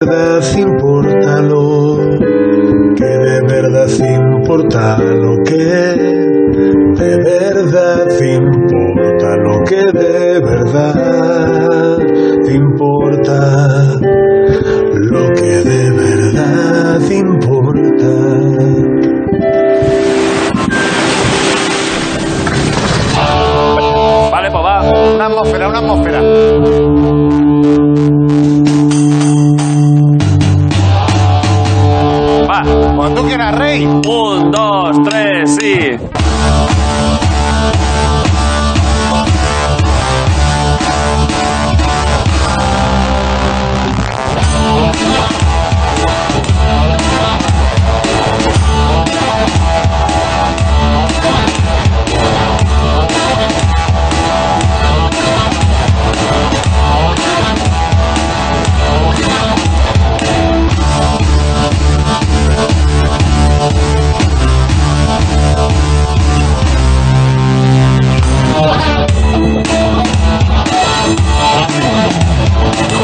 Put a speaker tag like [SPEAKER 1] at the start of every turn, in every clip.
[SPEAKER 1] verdad importa lo que de verdad importa lo que de verdad importa lo que de verdad importa lo que de verdad
[SPEAKER 2] Eh,
[SPEAKER 1] importa.
[SPEAKER 3] Vale, pues va.
[SPEAKER 4] Una atmósfera, una atmósfera.
[SPEAKER 3] Va.
[SPEAKER 4] Cuando tú quieras, rey.
[SPEAKER 3] Un, dos, tres, sí.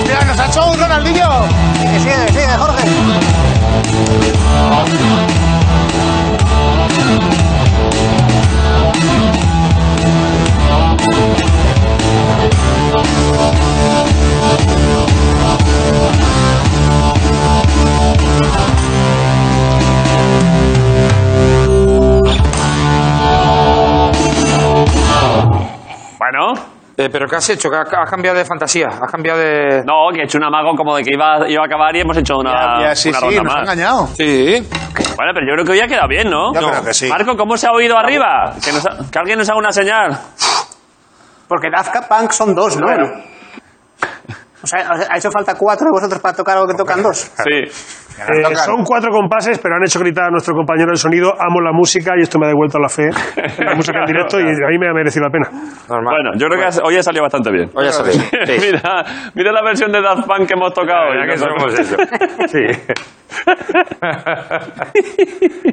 [SPEAKER 4] Mira, nos ha hecho un Ronaldinho. Sigue, sigue, sigue, Jorge.
[SPEAKER 3] Bueno.
[SPEAKER 5] Eh, ¿Pero qué has hecho? ¿Qué ¿Has has cambiado de fantasía? ¿Has cambiado de...?
[SPEAKER 3] No, que he hecho un amago como de que iba, iba a acabar y hemos hecho una,
[SPEAKER 4] Ya, ya, sí,
[SPEAKER 3] una
[SPEAKER 4] sí,
[SPEAKER 3] ronda
[SPEAKER 4] nos ha
[SPEAKER 3] más.
[SPEAKER 4] engañado.
[SPEAKER 5] Sí.
[SPEAKER 3] Bueno, pero yo creo que hoy ha quedado bien, ¿no?
[SPEAKER 4] Yo
[SPEAKER 3] No.
[SPEAKER 4] creo que sí.
[SPEAKER 3] Marco, ¿cómo se ha oído arriba? Que, nos ha- que alguien nos haga una señal.
[SPEAKER 6] Porque Daft Punk son dos, ¿no?
[SPEAKER 3] Bueno.
[SPEAKER 6] O sea, ha hecho falta cuatro y vosotros para tocar algo que tocan dos.
[SPEAKER 3] Sí.
[SPEAKER 2] Eh,
[SPEAKER 4] tocan.
[SPEAKER 2] son cuatro compases, pero han hecho gritar a nuestro compañero de sonido, amo la música y esto me ha devuelto la fe. La música en directo y a mí me ha merecido la pena.
[SPEAKER 5] Normal.
[SPEAKER 3] Bueno, yo creo que has- hoy ha salido bastante bien.
[SPEAKER 5] Oye, sabes. Sí.
[SPEAKER 3] mira, mira la versión de Daft Punk que hemos tocado hoy.
[SPEAKER 7] Ya que somos eso. Sí.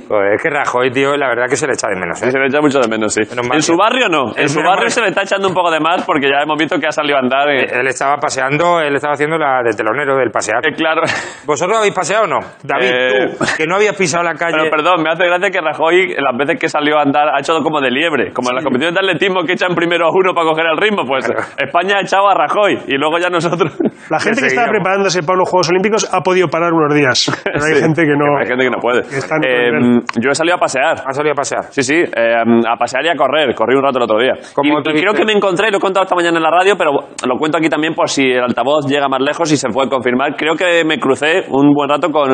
[SPEAKER 7] Joder, es que Rajoy, tío, la verdad que se le echa de menos. ¿eh?
[SPEAKER 3] Sí, se le echa mucho de menos, sí.
[SPEAKER 7] Menos mal
[SPEAKER 3] En su
[SPEAKER 7] que-
[SPEAKER 3] barrio no. En
[SPEAKER 7] Es
[SPEAKER 3] su
[SPEAKER 7] menos
[SPEAKER 3] barrio
[SPEAKER 7] mal.
[SPEAKER 3] se le está echando un poco de más porque ya hemos visto que ha salido a andar. eh.
[SPEAKER 7] Él estaba paseando, él estaba haciendo la del telonero del pasear.
[SPEAKER 3] Eh, claro.
[SPEAKER 7] ¿Vosotros habéis paseado o no? David,
[SPEAKER 3] Eh,
[SPEAKER 7] tú, que no habías pisado la calle.
[SPEAKER 3] Pero perdón, me hace gracia que Rajoy, las veces que salió a andar, ha hecho como de liebre. Como en las competiciones de atletismo que echan primero a uno para coger el ritmo, pues España ha echado a Rajoy y luego ya nosotros.
[SPEAKER 2] La gente
[SPEAKER 7] seguíamos.
[SPEAKER 2] que estaba preparándose para los Juegos Olímpicos ha podido parar unos días. Pero hay
[SPEAKER 3] Sí.
[SPEAKER 2] gente que no.
[SPEAKER 3] Hay gente que no puede.
[SPEAKER 2] está en otro
[SPEAKER 3] Eh,
[SPEAKER 2] nivel.
[SPEAKER 3] yo he salido a pasear.
[SPEAKER 7] ¿Has salido a pasear?
[SPEAKER 3] Sí, sí, eh, a pasear y a correr. Corrí un rato el otro día. Y,
[SPEAKER 7] ¿Cómo
[SPEAKER 3] y
[SPEAKER 7] te
[SPEAKER 3] creo
[SPEAKER 7] viste?
[SPEAKER 3] que me encontré, lo he contado esta mañana en la radio, pero lo cuento aquí también por si el altavoz llega más lejos y se puede confirmar. Creo que me crucé un buen rato con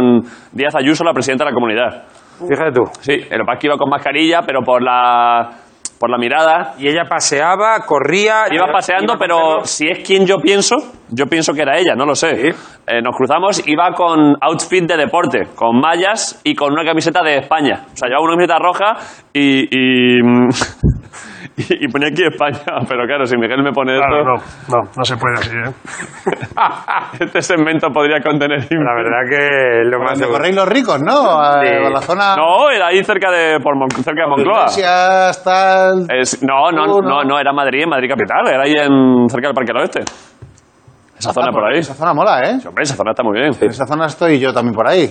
[SPEAKER 3] Díaz Ayuso, la presidenta de la comunidad.
[SPEAKER 7] Fíjate tú.
[SPEAKER 3] Sí, lo que pasa es que iba con mascarilla, pero por la, por la mirada.
[SPEAKER 7] Y ella paseaba, corría.
[SPEAKER 3] Iba paseando,
[SPEAKER 7] iba
[SPEAKER 3] pero
[SPEAKER 7] paseando.
[SPEAKER 3] si es quien yo pienso, yo pienso que era ella, no lo sé. Eh, nos cruzamos, iba con outfit de deporte, con mallas y con una camiseta de España. O sea, llevaba una camiseta roja y, y, y- y ponía aquí España. Pero claro, si Miguel me pone
[SPEAKER 2] Claro,
[SPEAKER 3] esto,
[SPEAKER 2] no, no, no se puede así, ¿eh?
[SPEAKER 3] este segmento podría contener...
[SPEAKER 7] La verdad que lo más.
[SPEAKER 4] Cuando corréis los ricos, ¿no? A, a la zona.
[SPEAKER 3] No, era ahí cerca de, por Mon- cerca de Moncloa.
[SPEAKER 4] Iglesia, está el-
[SPEAKER 3] Es- no, no,
[SPEAKER 4] Tú,
[SPEAKER 3] no,
[SPEAKER 4] no.
[SPEAKER 3] no, era Madrid, en Madrid capital, era ahí en, cerca del Parque del Oeste. Esa zona por ahí.
[SPEAKER 4] Esa zona mola, ¿eh?
[SPEAKER 3] Sí, Hombre, esa zona está muy bien.
[SPEAKER 4] En esa zona estoy yo también por ahí.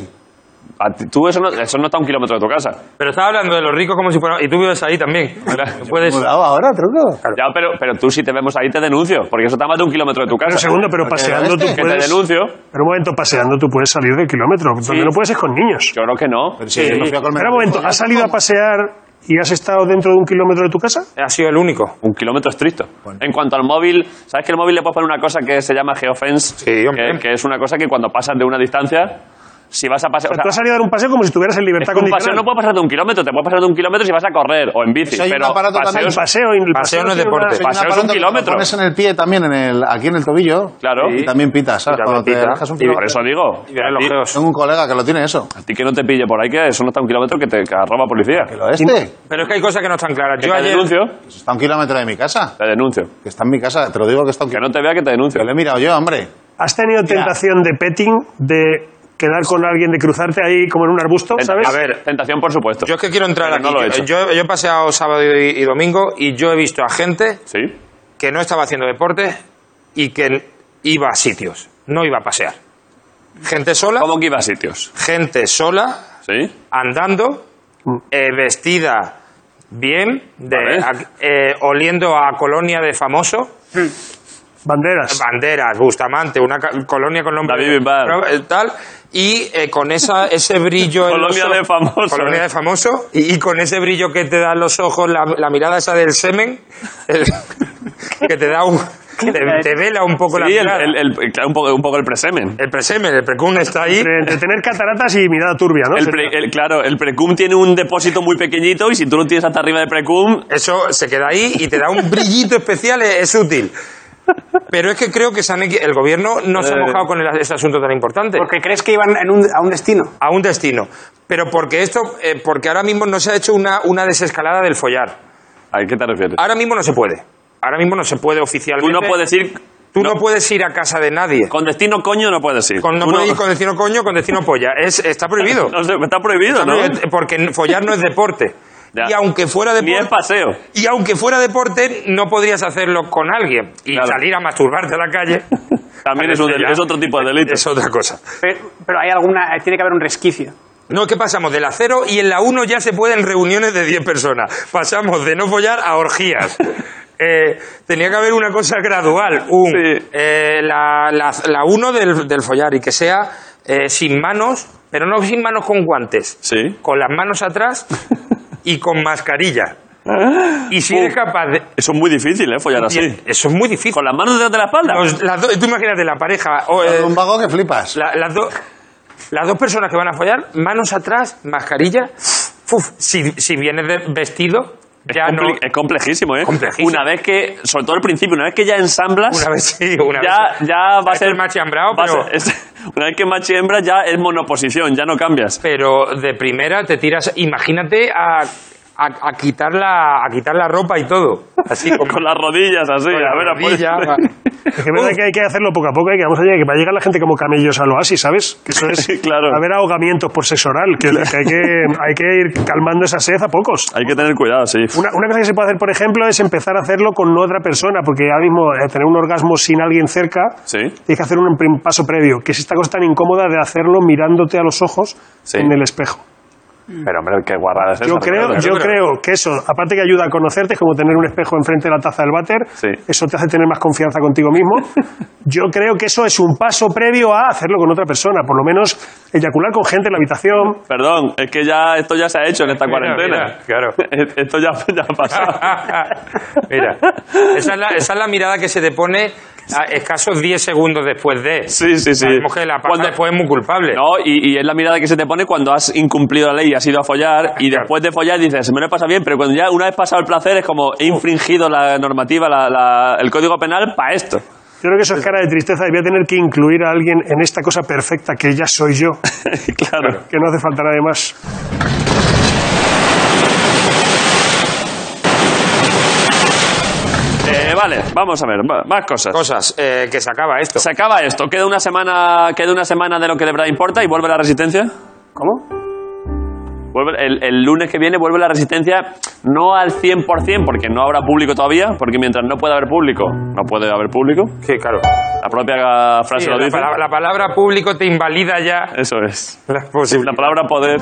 [SPEAKER 3] A ti- tú, eso no, eso no está a un kilómetro de tu casa.
[SPEAKER 7] Pero estaba hablando de los ricos como si fuera. Y tú vives ahí también. No puedes.
[SPEAKER 4] Mudado ahora, truco?
[SPEAKER 3] Ya, pero, pero tú, si te vemos ahí, te denuncio, porque eso está más de un kilómetro de tu
[SPEAKER 2] Un
[SPEAKER 3] casa.
[SPEAKER 2] segundo, pero paseando tú
[SPEAKER 3] que te
[SPEAKER 2] puedes.
[SPEAKER 3] denuncio.
[SPEAKER 2] Pero un momento, paseando tú puedes salir del kilómetro. Donde no puedes es con niños.
[SPEAKER 3] Yo creo que no.
[SPEAKER 4] Pero sí, yo me fui a Colmenar.
[SPEAKER 2] Espera un momento, ¿has salido a pasear y has estado dentro de un kilómetro de tu casa?
[SPEAKER 7] Ha sido el único.
[SPEAKER 3] Un kilómetro estricto. En cuanto al móvil, ¿sabes que el móvil le puedes poner una cosa que se llama geofence?
[SPEAKER 7] Sí, hombre.
[SPEAKER 3] Que, que es una cosa que cuando pasas de una distancia, si vas a pasar.
[SPEAKER 2] O sea, tú has salido a dar un paseo como si estuvieras en
[SPEAKER 3] Es
[SPEAKER 2] libertad
[SPEAKER 3] que un paseo
[SPEAKER 2] condicional.
[SPEAKER 3] no puede pasar de un kilómetro, te puede pasar de un kilómetro si vas a correr o en bici.
[SPEAKER 4] Eso hay un
[SPEAKER 3] pero
[SPEAKER 4] aparato también
[SPEAKER 3] paseos-
[SPEAKER 2] El paseo, el
[SPEAKER 7] Paseo no es
[SPEAKER 2] tiene una-
[SPEAKER 7] deporte.
[SPEAKER 4] Hay un
[SPEAKER 3] Paseo es un
[SPEAKER 4] aparato que te lo
[SPEAKER 3] kilómetro.
[SPEAKER 4] pones en el pie también, en el, aquí en el tobillo.
[SPEAKER 3] Claro.
[SPEAKER 4] Y también pitas, ¿sabes?
[SPEAKER 7] Y también
[SPEAKER 4] Cuando te
[SPEAKER 7] pita.
[SPEAKER 4] dejas un
[SPEAKER 7] Y
[SPEAKER 4] kilómetro.
[SPEAKER 3] Por eso digo,
[SPEAKER 7] Y ver
[SPEAKER 3] a
[SPEAKER 7] los
[SPEAKER 3] ti-
[SPEAKER 7] geos.
[SPEAKER 4] Tengo un colega que lo tiene eso.
[SPEAKER 3] a ti que no te pille por ahí, que eso no está a un kilómetro que te que arroba policía.
[SPEAKER 4] ¿Que lo este?
[SPEAKER 7] Pero es que hay cosas que no están claras.
[SPEAKER 3] Que
[SPEAKER 7] Yo
[SPEAKER 3] te
[SPEAKER 7] ayer.
[SPEAKER 3] denuncio,
[SPEAKER 4] Está a un kilómetro de mi casa.
[SPEAKER 3] te denuncio.
[SPEAKER 4] Que está en mi casa. Te lo digo que está a un
[SPEAKER 3] Que
[SPEAKER 4] kilómetro.
[SPEAKER 3] no te vea que te denuncio.
[SPEAKER 4] Que lo he mirado yo, hombre.
[SPEAKER 2] ¿Has tenido tentación de petting, de quedar con alguien, de cruzarte ahí como en un arbusto,
[SPEAKER 3] Tenta-
[SPEAKER 2] ¿sabes?
[SPEAKER 3] A ver, tentación por supuesto.
[SPEAKER 7] Yo es que quiero entrar
[SPEAKER 3] Pero
[SPEAKER 7] aquí.
[SPEAKER 3] no lo he hecho.
[SPEAKER 7] yo, yo he paseado sábado y, y domingo y yo he visto a gente
[SPEAKER 3] Sí.
[SPEAKER 7] que no estaba haciendo deporte y que iba a sitios, no iba a pasear. Gente sola,
[SPEAKER 3] ¿Cómo que iba a sitios?
[SPEAKER 7] gente sola,
[SPEAKER 3] ¿Sí?
[SPEAKER 7] andando, eh, vestida bien, de-
[SPEAKER 3] Mm. Vale.
[SPEAKER 7] a- eh, oliendo a colonia de famoso,
[SPEAKER 2] Banderas.
[SPEAKER 7] banderas, Bustamante, una ca- colonia con nombre
[SPEAKER 3] David
[SPEAKER 7] de-
[SPEAKER 3] Bisbal.
[SPEAKER 7] no, eh, tal, y eh, con esa, ese brillo... en los
[SPEAKER 3] Colonia
[SPEAKER 7] ojos-
[SPEAKER 3] de famoso,
[SPEAKER 7] Colonia
[SPEAKER 3] eh.
[SPEAKER 7] de famoso, y, y con ese brillo que te dan los ojos, la, la mirada esa del semen, el- que te da un... Te, te vela un poco la
[SPEAKER 3] Sí, el,
[SPEAKER 7] mirada.
[SPEAKER 3] el- el- claro, un, poco, un poco el presemen.
[SPEAKER 7] El presemen, el precum está ahí.
[SPEAKER 2] Entre, entre tener cataratas y mirada turbia, ¿no?
[SPEAKER 3] El pre- el- claro, el precum tiene un depósito muy pequeñito y si tú lo tienes hasta arriba de precum,
[SPEAKER 7] Eso se queda ahí y te da un brillito especial, es, es útil. Pero es que creo que se han equi- el gobierno no se ha
[SPEAKER 3] Eh.
[SPEAKER 7] mojado con el- este asunto tan importante.
[SPEAKER 6] Porque crees que iban en un- a un destino.
[SPEAKER 7] A un destino. Pero porque esto, eh, porque ahora mismo no se ha hecho una, una desescalada del follar.
[SPEAKER 3] ¿a qué te refieres?
[SPEAKER 7] Ahora mismo no se puede. Ahora mismo no se puede
[SPEAKER 3] Tú
[SPEAKER 7] oficialmente.
[SPEAKER 3] no puedes ir
[SPEAKER 7] Tú no puedes ir a casa de nadie.
[SPEAKER 3] con destino coño, no puedes ir.
[SPEAKER 7] Con, no
[SPEAKER 3] Tú
[SPEAKER 7] puedes ir con destino coño, con destino polla. Es, está prohibido.
[SPEAKER 3] No sé, está prohibido, ¿no?
[SPEAKER 7] Está prohibido, Porque follar no es deporte.
[SPEAKER 3] Ya.
[SPEAKER 7] Y aunque fuera
[SPEAKER 3] Ni
[SPEAKER 7] deporte.
[SPEAKER 3] es paseo.
[SPEAKER 7] Y aunque fuera deporte, no podrías hacerlo con alguien. Y
[SPEAKER 3] Claro.
[SPEAKER 7] salir a masturbarte a la calle.
[SPEAKER 3] También es, un del-
[SPEAKER 7] Ya.
[SPEAKER 3] es otro tipo de delito.
[SPEAKER 7] Es otra cosa.
[SPEAKER 6] Pero, pero hay alguna, tiene que haber un resquicio.
[SPEAKER 7] No, ¿qué pasamos? De la 0 y en la 1 ya se pueden reuniones de 10 personas. Pasamos de no follar a orgías. Eh, tenía que haber una cosa gradual. Un,
[SPEAKER 3] Sí.
[SPEAKER 7] eh, la 1 la, uno del, del follar y que sea eh, sin manos, pero no sin manos con guantes.
[SPEAKER 3] Sí.
[SPEAKER 7] Con las manos atrás y con mascarilla. Y si eres capaz de...
[SPEAKER 3] Eso es muy difícil, ¿eh? Follar así.
[SPEAKER 7] Eso es muy difícil.
[SPEAKER 3] Con las manos detrás de la espalda.
[SPEAKER 7] Los- las dos- tú imagínate la pareja, o, eh,
[SPEAKER 4] Un vago que flipas.
[SPEAKER 7] la- las, dos- las dos personas que van a follar, manos atrás, mascarilla. Fuf, si, si vienes de- vestido, ya
[SPEAKER 3] Compli-
[SPEAKER 7] no.
[SPEAKER 3] Es complejísimo, ¿eh?
[SPEAKER 7] Complejísimo.
[SPEAKER 3] Una vez que, sobre todo al principio, una vez que ya ensamblas,
[SPEAKER 7] Una vez sí, una
[SPEAKER 3] ya,
[SPEAKER 7] vez.
[SPEAKER 3] ya va a
[SPEAKER 7] Sabes que
[SPEAKER 3] ser.
[SPEAKER 7] es machi hambrao,
[SPEAKER 3] va a
[SPEAKER 7] pero-
[SPEAKER 3] ser- es- una vez que machi hembra, ya es monoposición, ya no cambias.
[SPEAKER 7] Pero de primera te tiras. Imagínate a, a- a quitar, la, a quitar la ropa y todo. Así como.
[SPEAKER 3] Con las rodillas así,
[SPEAKER 7] con la
[SPEAKER 3] a ver,
[SPEAKER 7] rodilla,
[SPEAKER 3] apoya-
[SPEAKER 7] va.
[SPEAKER 2] Es que es verdad que hay que hacerlo poco a poco, hay que vamos allá, que va a llegar la gente como camellos al oasis, ¿sabes? Que eso es
[SPEAKER 3] Claro.
[SPEAKER 2] haber ahogamientos por sexo oral, que, que hay que hay que ir calmando esa sed a pocos.
[SPEAKER 3] Hay que tener cuidado, sí.
[SPEAKER 2] Una, una cosa que se puede hacer, por ejemplo, es empezar a hacerlo con otra persona, porque ahora mismo eh, tener un orgasmo sin alguien cerca,
[SPEAKER 3] Sí.
[SPEAKER 2] tienes que hacer un prim- paso previo, que es esta cosa tan incómoda de hacerlo mirándote a los ojos
[SPEAKER 3] Sí.
[SPEAKER 2] en el espejo.
[SPEAKER 3] Pero, hombre, qué guarrada es
[SPEAKER 2] Yo
[SPEAKER 3] esa,
[SPEAKER 2] creo,
[SPEAKER 3] claro.
[SPEAKER 2] yo creo que eso, aparte que ayuda a conocerte, es como tener un espejo enfrente de la taza del váter,
[SPEAKER 3] Sí.
[SPEAKER 2] eso te hace tener más confianza contigo mismo. Yo creo que eso es un paso previo a hacerlo con otra persona, por lo menos eyacular con gente en la habitación.
[SPEAKER 3] Perdón, es que ya esto ya se ha hecho en esta
[SPEAKER 7] Mira,
[SPEAKER 3] cuarentena. E-,
[SPEAKER 7] mira, claro.
[SPEAKER 3] Esto ya, ya ha pasado.
[SPEAKER 7] Mira, esa es, la, esa es la mirada que se te pone a escasos 10 segundos después de.
[SPEAKER 3] Sí, sí, sí.
[SPEAKER 7] Sabemos que la paja
[SPEAKER 3] Cuando-
[SPEAKER 7] después es muy culpable.
[SPEAKER 3] No, y, y es la mirada que se te pone cuando has incumplido la ley y has ido a follar y
[SPEAKER 7] Claro.
[SPEAKER 3] después de follar dices, me lo he pasado bien, pero cuando ya una vez pasado el placer es como he infringido la normativa, la- la- el código penal para esto.
[SPEAKER 2] Yo creo que eso es cara de tristeza y voy a tener que incluir a alguien en esta cosa perfecta que ya soy yo,
[SPEAKER 3] claro.
[SPEAKER 2] que no hace falta nada más.
[SPEAKER 3] Eh, vale, vamos a ver, va- más cosas.
[SPEAKER 7] Cosas, eh, que se acaba esto.
[SPEAKER 3] Se acaba esto, queda una semana, queda una semana de lo que de verdad importa y vuelve la resistencia.
[SPEAKER 6] ¿Cómo?
[SPEAKER 3] Vuelve- el, el lunes que viene vuelve la resistencia, no al 100%, porque no habrá público todavía, porque mientras no pueda haber público, no puede haber público.
[SPEAKER 7] Sí, claro.
[SPEAKER 3] La propia frase
[SPEAKER 7] Sí,
[SPEAKER 3] Ah, lo
[SPEAKER 7] la,
[SPEAKER 3] dice.
[SPEAKER 7] palabra, la palabra público te invalida ya
[SPEAKER 3] Eso es.
[SPEAKER 7] las
[SPEAKER 3] La
[SPEAKER 7] posibilidades.
[SPEAKER 3] palabra poder.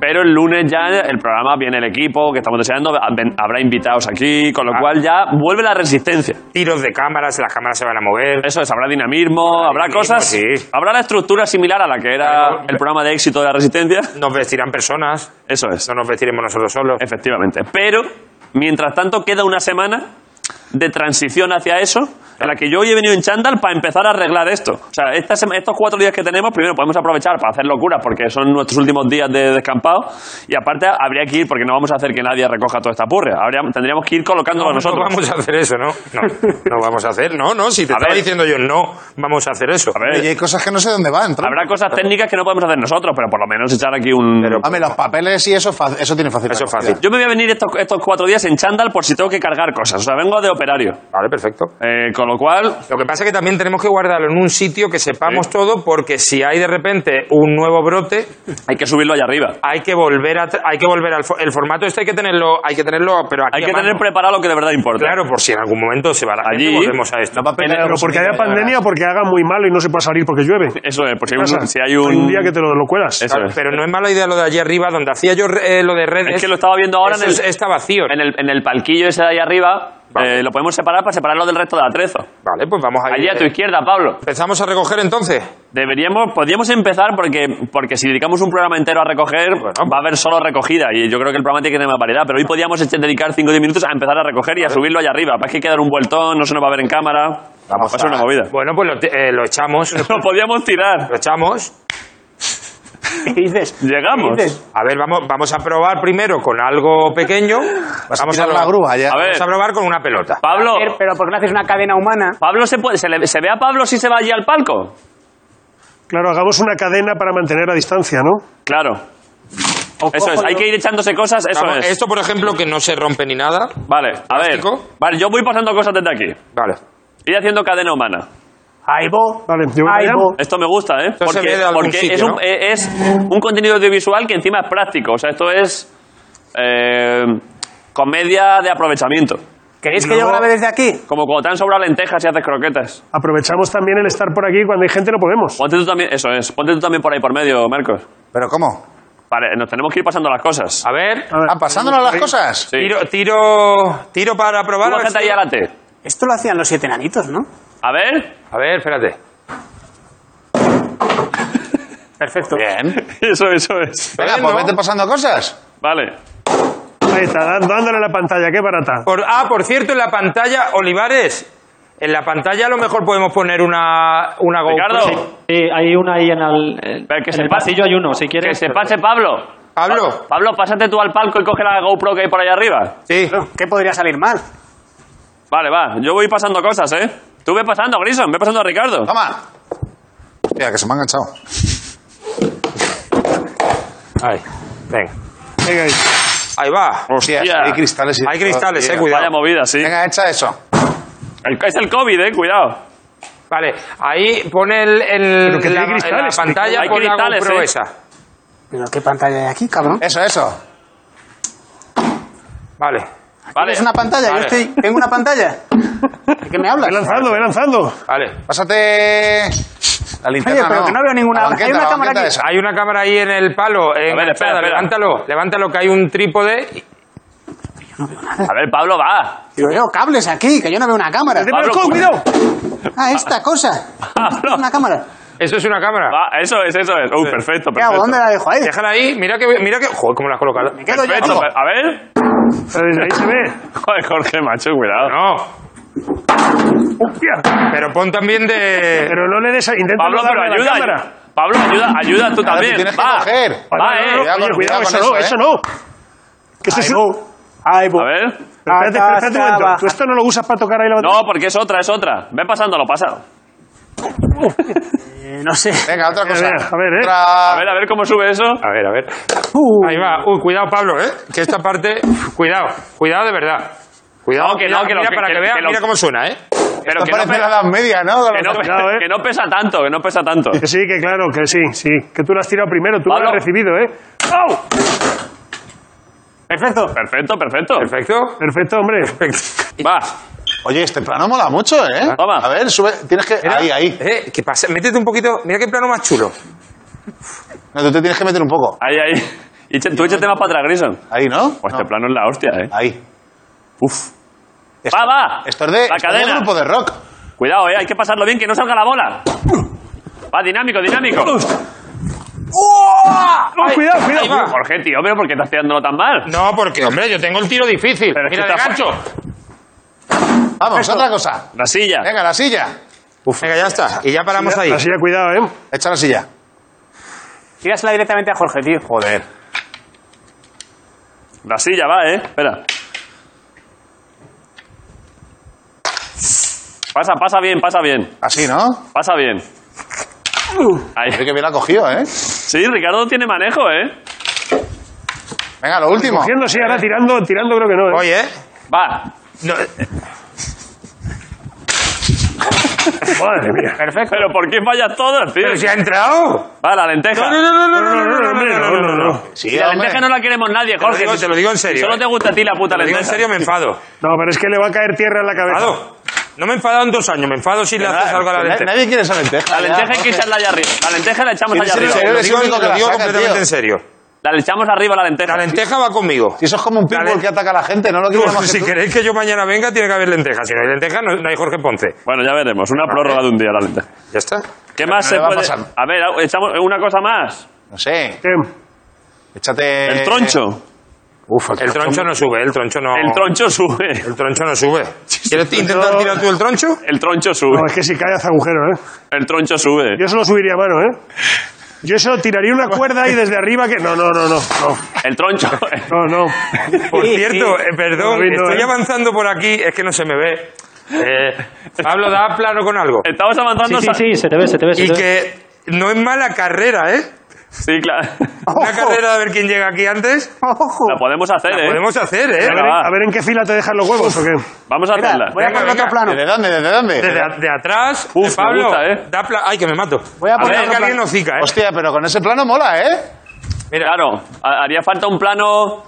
[SPEAKER 3] Pero el lunes ya el programa viene el equipo que estamos deseando, ven- habrá invitados aquí, con lo
[SPEAKER 7] Ah.
[SPEAKER 3] cual ya vuelve la resistencia.
[SPEAKER 7] Tiros de cámaras, las cámaras se van a mover.
[SPEAKER 3] Eso es, habrá dinamismo, habrá
[SPEAKER 7] dinamismo,
[SPEAKER 3] cosas.
[SPEAKER 7] sí.
[SPEAKER 3] Habrá la estructura similar a la que era
[SPEAKER 7] Claro.
[SPEAKER 3] el programa de éxito de la resistencia.
[SPEAKER 7] Nos vestirán personas,
[SPEAKER 3] Eso es,
[SPEAKER 7] no nos vestiremos nosotros
[SPEAKER 3] Eh,
[SPEAKER 7] solos.
[SPEAKER 3] efectivamente. Pero, mientras tanto, queda una semana de transición hacia eso, en la que yo hoy he venido en chándal para empezar a arreglar esto. O sea, esta sema- estos cuatro días que tenemos, primero podemos aprovechar para hacer locuras, porque son nuestros últimos días de descampado, y aparte habría que ir, porque no vamos a hacer que nadie recoja toda esta purria, habría- tendríamos que ir colocándolo
[SPEAKER 7] No, no
[SPEAKER 3] nosotros.
[SPEAKER 7] vamos a hacer eso, ¿no? No, no vamos a hacer. No, no, si te
[SPEAKER 3] A
[SPEAKER 7] estaba
[SPEAKER 3] ver.
[SPEAKER 7] diciendo yo, no, vamos a hacer eso.
[SPEAKER 3] A ver,
[SPEAKER 4] Y hay cosas que no sé dónde van. tronco.
[SPEAKER 3] habrá cosas técnicas que no podemos hacer nosotros, pero por lo menos echar aquí un...
[SPEAKER 7] Pero-
[SPEAKER 4] Hombre, los papeles y eso, es fácil- eso tiene fácil.
[SPEAKER 7] Eso es
[SPEAKER 4] acogida.
[SPEAKER 7] fácil.
[SPEAKER 3] Yo me voy a venir estos, estos cuatro días en chándal por si tengo que cargar cosas. O sea, vengo de operario.
[SPEAKER 7] Vale, perfecto.
[SPEAKER 3] Eh, con lo cual,
[SPEAKER 7] Lo que pasa es que también tenemos que guardarlo en un sitio que sepamos todo, porque si hay de repente un nuevo brote,
[SPEAKER 3] hay que subirlo allá arriba.
[SPEAKER 7] hay que volver a, tra- hay que volver al fo- el formato este hay que tenerlo, hay que tenerlo, pero aquí
[SPEAKER 3] Hay
[SPEAKER 7] a
[SPEAKER 3] que
[SPEAKER 7] mano.
[SPEAKER 3] tener preparado lo que de verdad importa.
[SPEAKER 7] claro, por si en algún momento se va la
[SPEAKER 3] Allí-
[SPEAKER 7] gente, volvemos a esto.
[SPEAKER 2] Pero porque haya pandemia o porque haga muy malo y no se pueda salir porque llueve.
[SPEAKER 3] Eso es, por si hay
[SPEAKER 2] Pasa.
[SPEAKER 3] un, si hay un...
[SPEAKER 2] día que te lo, lo cuelas.
[SPEAKER 3] Eso
[SPEAKER 7] Claro,
[SPEAKER 3] es.
[SPEAKER 7] pero no es mala idea lo de allí arriba, donde hacía yo eh, lo de redes.
[SPEAKER 3] Es que lo estaba viendo ahora en
[SPEAKER 7] eso
[SPEAKER 3] el-
[SPEAKER 7] es- está vacío.
[SPEAKER 3] En el, en el palquillo ese de ahí arriba,
[SPEAKER 7] Vale.
[SPEAKER 3] eh, lo podemos separar para separarlo del resto de atrezo.
[SPEAKER 7] Vale, pues vamos a
[SPEAKER 3] Allí a tu izquierda, Pablo.
[SPEAKER 7] Empezamos a recoger entonces.
[SPEAKER 3] Deberíamos, podríamos empezar porque, porque si dedicamos un programa entero a recoger, pues, va a haber solo recogida y yo creo que el programa tiene que tener más variedad. Pero hoy podríamos este- dedicar 5 o 10 minutos a empezar a recoger y a subirlo allá arriba. Para que hay que dar un vueltón, no se nos va a ver en cámara. va a ser una movida.
[SPEAKER 7] Bueno, pues lo, te- eh, lo echamos.
[SPEAKER 3] Lo podíamos tirar.
[SPEAKER 7] lo echamos.
[SPEAKER 6] ¿Qué dices?
[SPEAKER 3] Llegamos.
[SPEAKER 4] Pues
[SPEAKER 6] ¿Qué dices?
[SPEAKER 7] A ver, vamos, vamos a probar primero con algo pequeño. Vamos a,
[SPEAKER 4] Tirar la
[SPEAKER 7] probar-
[SPEAKER 4] grúa ya.
[SPEAKER 3] A ver,
[SPEAKER 7] Vamos a probar con una pelota.
[SPEAKER 3] Pablo.
[SPEAKER 6] Pero, ¿por qué no haces una cadena humana?
[SPEAKER 3] Pablo se puede. ¿Se, le- se ve a Pablo si se va allí al palco?
[SPEAKER 2] Claro, hagamos una cadena para mantener la distancia, ¿no?
[SPEAKER 3] Claro. Eso es.
[SPEAKER 6] cojo
[SPEAKER 3] Hay
[SPEAKER 6] yo-
[SPEAKER 3] que ir echándose cosas. Eso
[SPEAKER 7] Vamos-
[SPEAKER 3] es.
[SPEAKER 7] Esto, por ejemplo, que no se rompe ni nada.
[SPEAKER 3] Vale, a ver.
[SPEAKER 7] ¿Plástico?
[SPEAKER 3] Vale, yo voy pasando cosas desde aquí.
[SPEAKER 7] Vale.
[SPEAKER 3] Ir haciendo cadena humana.
[SPEAKER 6] Ahí vos.
[SPEAKER 2] Vale, yo voy para allá.
[SPEAKER 3] Esto me gusta, ¿eh?
[SPEAKER 7] Esto se ve de algún
[SPEAKER 3] porque
[SPEAKER 7] sitio,
[SPEAKER 3] es, un,
[SPEAKER 7] ¿no?
[SPEAKER 3] eh, es un contenido audiovisual que encima es práctico. O sea, esto es eh, comedia de aprovechamiento.
[SPEAKER 6] ¿Queréis que yo grabe desde aquí?
[SPEAKER 3] Como cuando te han sobrado lentejas y haces croquetas.
[SPEAKER 2] Aprovechamos también el estar por aquí cuando hay gente no podemos.
[SPEAKER 3] Ponte tú también, eso es. Ponte tú también por ahí por medio, Marcos.
[SPEAKER 4] ¿Pero cómo?
[SPEAKER 3] Vale, nos tenemos que ir pasando las cosas.
[SPEAKER 7] A ver.
[SPEAKER 2] A ver,
[SPEAKER 4] Ah, pasándonos las cosas.
[SPEAKER 3] Sí.
[SPEAKER 7] Tiro, tiro, tiro para probar.
[SPEAKER 3] Tú
[SPEAKER 7] A ver,
[SPEAKER 3] bájate
[SPEAKER 7] si-
[SPEAKER 3] ahí a la T.
[SPEAKER 6] Esto lo hacían los siete enanitos, ¿no?
[SPEAKER 3] A ver.
[SPEAKER 7] A ver, espérate.
[SPEAKER 6] Perfecto.
[SPEAKER 3] Eso, eso es.
[SPEAKER 4] Venga,
[SPEAKER 7] Bueno.
[SPEAKER 4] pues vete pasando cosas.
[SPEAKER 3] Vale.
[SPEAKER 8] Oh,
[SPEAKER 2] ahí está, da- dándole a la pantalla, qué barata.
[SPEAKER 7] Por- ah, por cierto, en la pantalla, Olivares. En la pantalla a lo mejor podemos poner una, una GoPro.
[SPEAKER 3] Ricardo,
[SPEAKER 8] Sí, hay una ahí en el,
[SPEAKER 3] Pero que
[SPEAKER 8] pues en
[SPEAKER 3] se
[SPEAKER 8] el
[SPEAKER 3] pa-
[SPEAKER 8] pasillo, hay uno, si
[SPEAKER 3] que
[SPEAKER 8] quieres.
[SPEAKER 3] se pase Pablo.
[SPEAKER 7] Pablo.
[SPEAKER 3] Pa- Pablo, pásate tú al palco y coge la GoPro que hay por ahí arriba.
[SPEAKER 7] Sí.
[SPEAKER 6] ¿Qué podría salir mal?
[SPEAKER 3] Vale, va. Yo voy pasando cosas, ¿eh? Tú ve pasando, Grison. Ve pasando a Ricardo.
[SPEAKER 4] Toma. Hostia, que se me ha enganchado.
[SPEAKER 7] Ahí. Venga.
[SPEAKER 2] Venga ahí.
[SPEAKER 7] Ahí va.
[SPEAKER 4] Hostia,
[SPEAKER 3] Hostia.
[SPEAKER 4] hay cristales. y-
[SPEAKER 7] Hay cristales, eh,
[SPEAKER 4] Hostia.
[SPEAKER 7] cuidado.
[SPEAKER 3] Vaya movida, sí.
[SPEAKER 4] Venga, echa eso.
[SPEAKER 3] El- Es el COVID, eh, cuidado.
[SPEAKER 7] Vale. Ahí pone el, el-
[SPEAKER 2] Pero que
[SPEAKER 7] la,
[SPEAKER 2] tiene cristales,
[SPEAKER 7] la pantalla
[SPEAKER 3] Hay
[SPEAKER 7] con la
[SPEAKER 3] cristales,
[SPEAKER 7] GoPro
[SPEAKER 3] eh.
[SPEAKER 7] esa.
[SPEAKER 6] Pero ¿qué pantalla hay aquí, cabrón?
[SPEAKER 4] Eso, eso.
[SPEAKER 7] Vale.
[SPEAKER 3] Vale.
[SPEAKER 6] ¿Es una pantalla?
[SPEAKER 3] Vale.
[SPEAKER 6] Yo estoy... ¿Tengo una pantalla? ¿De qué me hablas?
[SPEAKER 2] Ve lanzando, ve lanzando.
[SPEAKER 7] Vale.
[SPEAKER 4] Pásate. La linterna.
[SPEAKER 6] pero que no veo ninguna-
[SPEAKER 4] La banqueta,
[SPEAKER 6] hay una
[SPEAKER 4] la
[SPEAKER 6] cámara
[SPEAKER 4] banqueta
[SPEAKER 6] aquí.
[SPEAKER 4] esa.
[SPEAKER 7] Hay una cámara ahí en el palo. eh,
[SPEAKER 3] espera,
[SPEAKER 7] enganchada.
[SPEAKER 3] espera.
[SPEAKER 7] Levántalo. Levántalo que hay un trípode.
[SPEAKER 3] A ver, Pablo, va.
[SPEAKER 6] Yo veo cables aquí, que yo no veo una cámara.
[SPEAKER 2] Vete para el
[SPEAKER 3] Pablo,
[SPEAKER 2] co- cuidado.
[SPEAKER 6] Ah, esta cosa.
[SPEAKER 3] Pablo.
[SPEAKER 6] Una cámara.
[SPEAKER 7] Eso es una cámara.
[SPEAKER 3] Va, eso es, eso es. Uy, perfecto, perfecto.
[SPEAKER 6] ¿Qué hago? ¿Dónde la dejo ahí?
[SPEAKER 7] Déjala ahí. Mira que... Mira que... Joder, cómo la has colocado.
[SPEAKER 6] Me quedo yo.
[SPEAKER 3] Perfecto, per- a ver.
[SPEAKER 2] Pero desde ahí se ve.
[SPEAKER 3] Joder, Jorge, macho, cuidado.
[SPEAKER 7] No.
[SPEAKER 2] Hostia.
[SPEAKER 7] Pero pon también de...
[SPEAKER 2] Pero no le des a... Intenta
[SPEAKER 3] Pablo,
[SPEAKER 2] no
[SPEAKER 3] pero
[SPEAKER 2] darle a la
[SPEAKER 3] ayuda.
[SPEAKER 2] cámara.
[SPEAKER 3] ayu- Pablo, ayuda, ayuda tú
[SPEAKER 4] Ahora tú
[SPEAKER 3] también.
[SPEAKER 4] tienes que
[SPEAKER 3] Va.
[SPEAKER 4] coger.
[SPEAKER 3] Va,
[SPEAKER 2] Vale,
[SPEAKER 3] eh.
[SPEAKER 2] no, no,
[SPEAKER 4] Cuidado
[SPEAKER 2] oye,
[SPEAKER 4] con-
[SPEAKER 2] cuidado,
[SPEAKER 4] cuidado
[SPEAKER 2] eso,
[SPEAKER 4] con
[SPEAKER 2] no, eso
[SPEAKER 4] eso, eh.
[SPEAKER 2] no. Que esto es un-
[SPEAKER 6] Ay,
[SPEAKER 3] A ver.
[SPEAKER 2] Pero espérate, pero espérate un momento. ¿Tú esto no lo usas para tocar ahí la
[SPEAKER 3] No, porque es otra, es otra. Ve pasándolo, pasa.
[SPEAKER 6] Eh, no sé.
[SPEAKER 4] Venga, otra cosa.
[SPEAKER 2] mira, a ver, eh.
[SPEAKER 4] Otra-
[SPEAKER 7] Ah.
[SPEAKER 3] A ver, a ver cómo sube eso.
[SPEAKER 7] A ver, a ver. Ahí va. Uy, cuidado, Pablo, ¿eh? Que esta parte... Cuidado. Cuidado de verdad. Cuidado,
[SPEAKER 3] No, que
[SPEAKER 7] mira,
[SPEAKER 3] no, que lo-
[SPEAKER 7] mira
[SPEAKER 3] que-
[SPEAKER 7] para que,
[SPEAKER 3] que-
[SPEAKER 7] veas,
[SPEAKER 3] que lo-
[SPEAKER 7] mira cómo suena, ¿eh?
[SPEAKER 3] Pero
[SPEAKER 4] Esto
[SPEAKER 3] que no,
[SPEAKER 4] parece
[SPEAKER 3] pe-
[SPEAKER 4] la edad media, ¿no?
[SPEAKER 3] que no pe-
[SPEAKER 2] Cuidado, eh.
[SPEAKER 3] que no pesa tanto, que no pesa tanto.
[SPEAKER 2] Que sí, que claro, que sí, sí. Que tú lo has tirado primero, tú
[SPEAKER 3] Pablo.
[SPEAKER 2] lo has recibido, ¿eh?
[SPEAKER 6] Perfecto.
[SPEAKER 3] Perfecto, perfecto.
[SPEAKER 7] Perfecto.
[SPEAKER 2] Perfecto, hombre.
[SPEAKER 3] Va.
[SPEAKER 4] Oye, este plano mola mucho, ¿eh?
[SPEAKER 3] Toma.
[SPEAKER 4] A ver, sube. Tienes que.
[SPEAKER 7] Mira,
[SPEAKER 4] Ahí, ahí.
[SPEAKER 7] Eh, ¿Qué pasa? Métete un poquito... Mira qué plano más chulo.
[SPEAKER 4] No, tú te tienes que meter un poco.
[SPEAKER 3] Ahí, ahí. Y che- tú échate más para atrás, Grison.
[SPEAKER 4] Ahí, ¿no?
[SPEAKER 3] Pues
[SPEAKER 4] No.
[SPEAKER 3] este plano es la hostia, eh.
[SPEAKER 4] Ahí.
[SPEAKER 3] Uf.
[SPEAKER 4] Esto,
[SPEAKER 3] Va, va.
[SPEAKER 4] Esto es de,
[SPEAKER 3] La
[SPEAKER 4] esto es de
[SPEAKER 3] cadena.
[SPEAKER 4] grupo de rock.
[SPEAKER 3] Cuidado, eh. Hay que pasarlo bien, que no salga la bola. Va, dinámico, dinámico.
[SPEAKER 2] No, cuidado, cuidado.
[SPEAKER 7] ahí va.
[SPEAKER 3] Jorge, tío, pero ¿por qué estás tirándolo tan mal?
[SPEAKER 7] No, porque, hombre, yo tengo el tiro difícil.
[SPEAKER 3] Pero es
[SPEAKER 7] Mira,
[SPEAKER 3] que
[SPEAKER 7] de
[SPEAKER 3] está-
[SPEAKER 7] gancho.
[SPEAKER 4] Vamos, otra cosa.
[SPEAKER 3] La silla.
[SPEAKER 4] Venga, la silla.
[SPEAKER 7] Venga, ya está. Y ya paramos ahí.
[SPEAKER 2] Así ya cuidado, ¿eh?
[SPEAKER 4] Echa la silla.
[SPEAKER 6] Tírasela directamente a Jorge, tío.
[SPEAKER 4] Joder.
[SPEAKER 3] La silla va, eh. Espera. Pasa, pasa bien, pasa bien.
[SPEAKER 4] Así, ¿no?
[SPEAKER 3] Pasa bien. Ahí.
[SPEAKER 4] Oye, que bien la ha cogido, ¿eh?
[SPEAKER 3] Sí, Ricardo tiene manejo, ¿eh?
[SPEAKER 4] Venga, lo último.
[SPEAKER 2] Cogiendo, sí, ahora tirando, tirando creo que no, ¿eh?
[SPEAKER 7] Oye, ¿eh?
[SPEAKER 3] Va.
[SPEAKER 7] No,
[SPEAKER 2] Madre mía.
[SPEAKER 5] Perfecto.
[SPEAKER 3] Pero ¿por qué fallas todas, tío?
[SPEAKER 7] Pero si ha entrado.
[SPEAKER 3] Va, la lenteja.
[SPEAKER 7] No, no, no, no,
[SPEAKER 2] No,
[SPEAKER 7] no,
[SPEAKER 2] no, no,
[SPEAKER 7] no,
[SPEAKER 2] hombre,
[SPEAKER 7] no, no, no, no.
[SPEAKER 4] Sí,
[SPEAKER 3] Si la
[SPEAKER 4] hombre.
[SPEAKER 3] lenteja no la queremos nadie,
[SPEAKER 7] lo
[SPEAKER 3] Jorge.
[SPEAKER 7] digo-
[SPEAKER 3] si-
[SPEAKER 7] te lo digo en
[SPEAKER 3] si
[SPEAKER 7] serio,
[SPEAKER 3] Solo
[SPEAKER 7] eh.
[SPEAKER 3] te gusta a ti la puta
[SPEAKER 7] Te lo digo
[SPEAKER 3] lenteja.
[SPEAKER 7] en serio, me enfado.
[SPEAKER 2] No, pero es que le va a caer tierra en la cabeza.
[SPEAKER 7] enfado. No me he enfadado en dos años, me enfado si le haces algo a la
[SPEAKER 4] Nadie-
[SPEAKER 7] lenteja.
[SPEAKER 4] Pues Nadie quiere esa lenteja.
[SPEAKER 3] La lenteja hay que
[SPEAKER 4] Jorge.
[SPEAKER 3] echarla allá arriba. La lenteja la echamos allá
[SPEAKER 4] ser
[SPEAKER 3] arriba.
[SPEAKER 4] en serio?
[SPEAKER 7] Lo digo,
[SPEAKER 4] Es el único que
[SPEAKER 7] lo
[SPEAKER 4] la
[SPEAKER 7] digo
[SPEAKER 4] saca,
[SPEAKER 7] completamente
[SPEAKER 4] tío.
[SPEAKER 7] en serio.
[SPEAKER 3] La le echamos arriba la lenteja.
[SPEAKER 7] La lenteja va conmigo.
[SPEAKER 4] Si eso es como un pitbull
[SPEAKER 7] len-
[SPEAKER 4] que ataca a la gente, no lo quiero más
[SPEAKER 7] si
[SPEAKER 4] que tú.
[SPEAKER 7] queréis que yo mañana venga, tiene que haber lenteja. Si no hay lenteja, no, no hay Jorge Ponce.
[SPEAKER 3] Bueno, ya veremos. Una prórroga de un día la lenteja.
[SPEAKER 7] Ya está.
[SPEAKER 3] ¿Qué más
[SPEAKER 4] no
[SPEAKER 3] se
[SPEAKER 4] le va a
[SPEAKER 3] puede...?
[SPEAKER 4] pasar.
[SPEAKER 3] A ver, echamos una cosa más.
[SPEAKER 4] No sé,
[SPEAKER 2] ¿Qué?
[SPEAKER 4] échate...
[SPEAKER 7] Eh,
[SPEAKER 3] El troncho.
[SPEAKER 4] Uf,
[SPEAKER 7] El troncho no sube, el troncho no.
[SPEAKER 3] El troncho sube.
[SPEAKER 7] El troncho no sube. ¿Quieres intentar tirar tú el troncho?
[SPEAKER 3] El troncho
[SPEAKER 2] No,
[SPEAKER 3] sube.
[SPEAKER 2] es que si cae hace agujero, ¿eh?
[SPEAKER 3] El troncho sube.
[SPEAKER 2] Yo eso lo subiría a mano, ¿eh? Yo eso tiraría una cuerda y desde arriba que... No, no, no, no. No,
[SPEAKER 3] El troncho...
[SPEAKER 2] no. no.
[SPEAKER 7] Por cierto, eh, perdón,
[SPEAKER 2] No, no,
[SPEAKER 7] estoy
[SPEAKER 2] eh.
[SPEAKER 7] avanzando por aquí, es que no se me ve. Eh, Pablo, da plano con algo.
[SPEAKER 3] Estamos
[SPEAKER 8] Sí,
[SPEAKER 3] avanzando...
[SPEAKER 8] sí,
[SPEAKER 3] sa-
[SPEAKER 8] sí, se te ve, se te ve. se
[SPEAKER 7] Y
[SPEAKER 8] te ve.
[SPEAKER 7] que no es mala carrera, ¿eh?
[SPEAKER 3] Sí, claro.
[SPEAKER 7] Una carrera de ver quién llega aquí antes.
[SPEAKER 3] La podemos hacer, ¿eh?
[SPEAKER 7] Podemos hacer, ¿eh?
[SPEAKER 2] A ver,
[SPEAKER 3] va.
[SPEAKER 2] a ver en qué fila te dejan los huevos o qué.
[SPEAKER 3] Vamos a hacerla.
[SPEAKER 6] Voy a
[SPEAKER 7] Venga,
[SPEAKER 6] poner otro
[SPEAKER 7] venga.
[SPEAKER 6] plano.
[SPEAKER 4] ¿Desde dónde? ¿Desde dónde?
[SPEAKER 7] Desde a- de atrás,
[SPEAKER 3] Uf,
[SPEAKER 7] eh, Pablo,
[SPEAKER 3] me gusta, ¿eh?
[SPEAKER 7] da pla- Ay, que me mato.
[SPEAKER 6] Voy a poner
[SPEAKER 7] ver,
[SPEAKER 6] otro
[SPEAKER 7] que alguien
[SPEAKER 6] plan.
[SPEAKER 7] hocica, ¿eh?
[SPEAKER 4] Hostia, pero con ese plano mola, ¿eh?
[SPEAKER 7] Mira,
[SPEAKER 3] Claro, ha- haría falta un plano.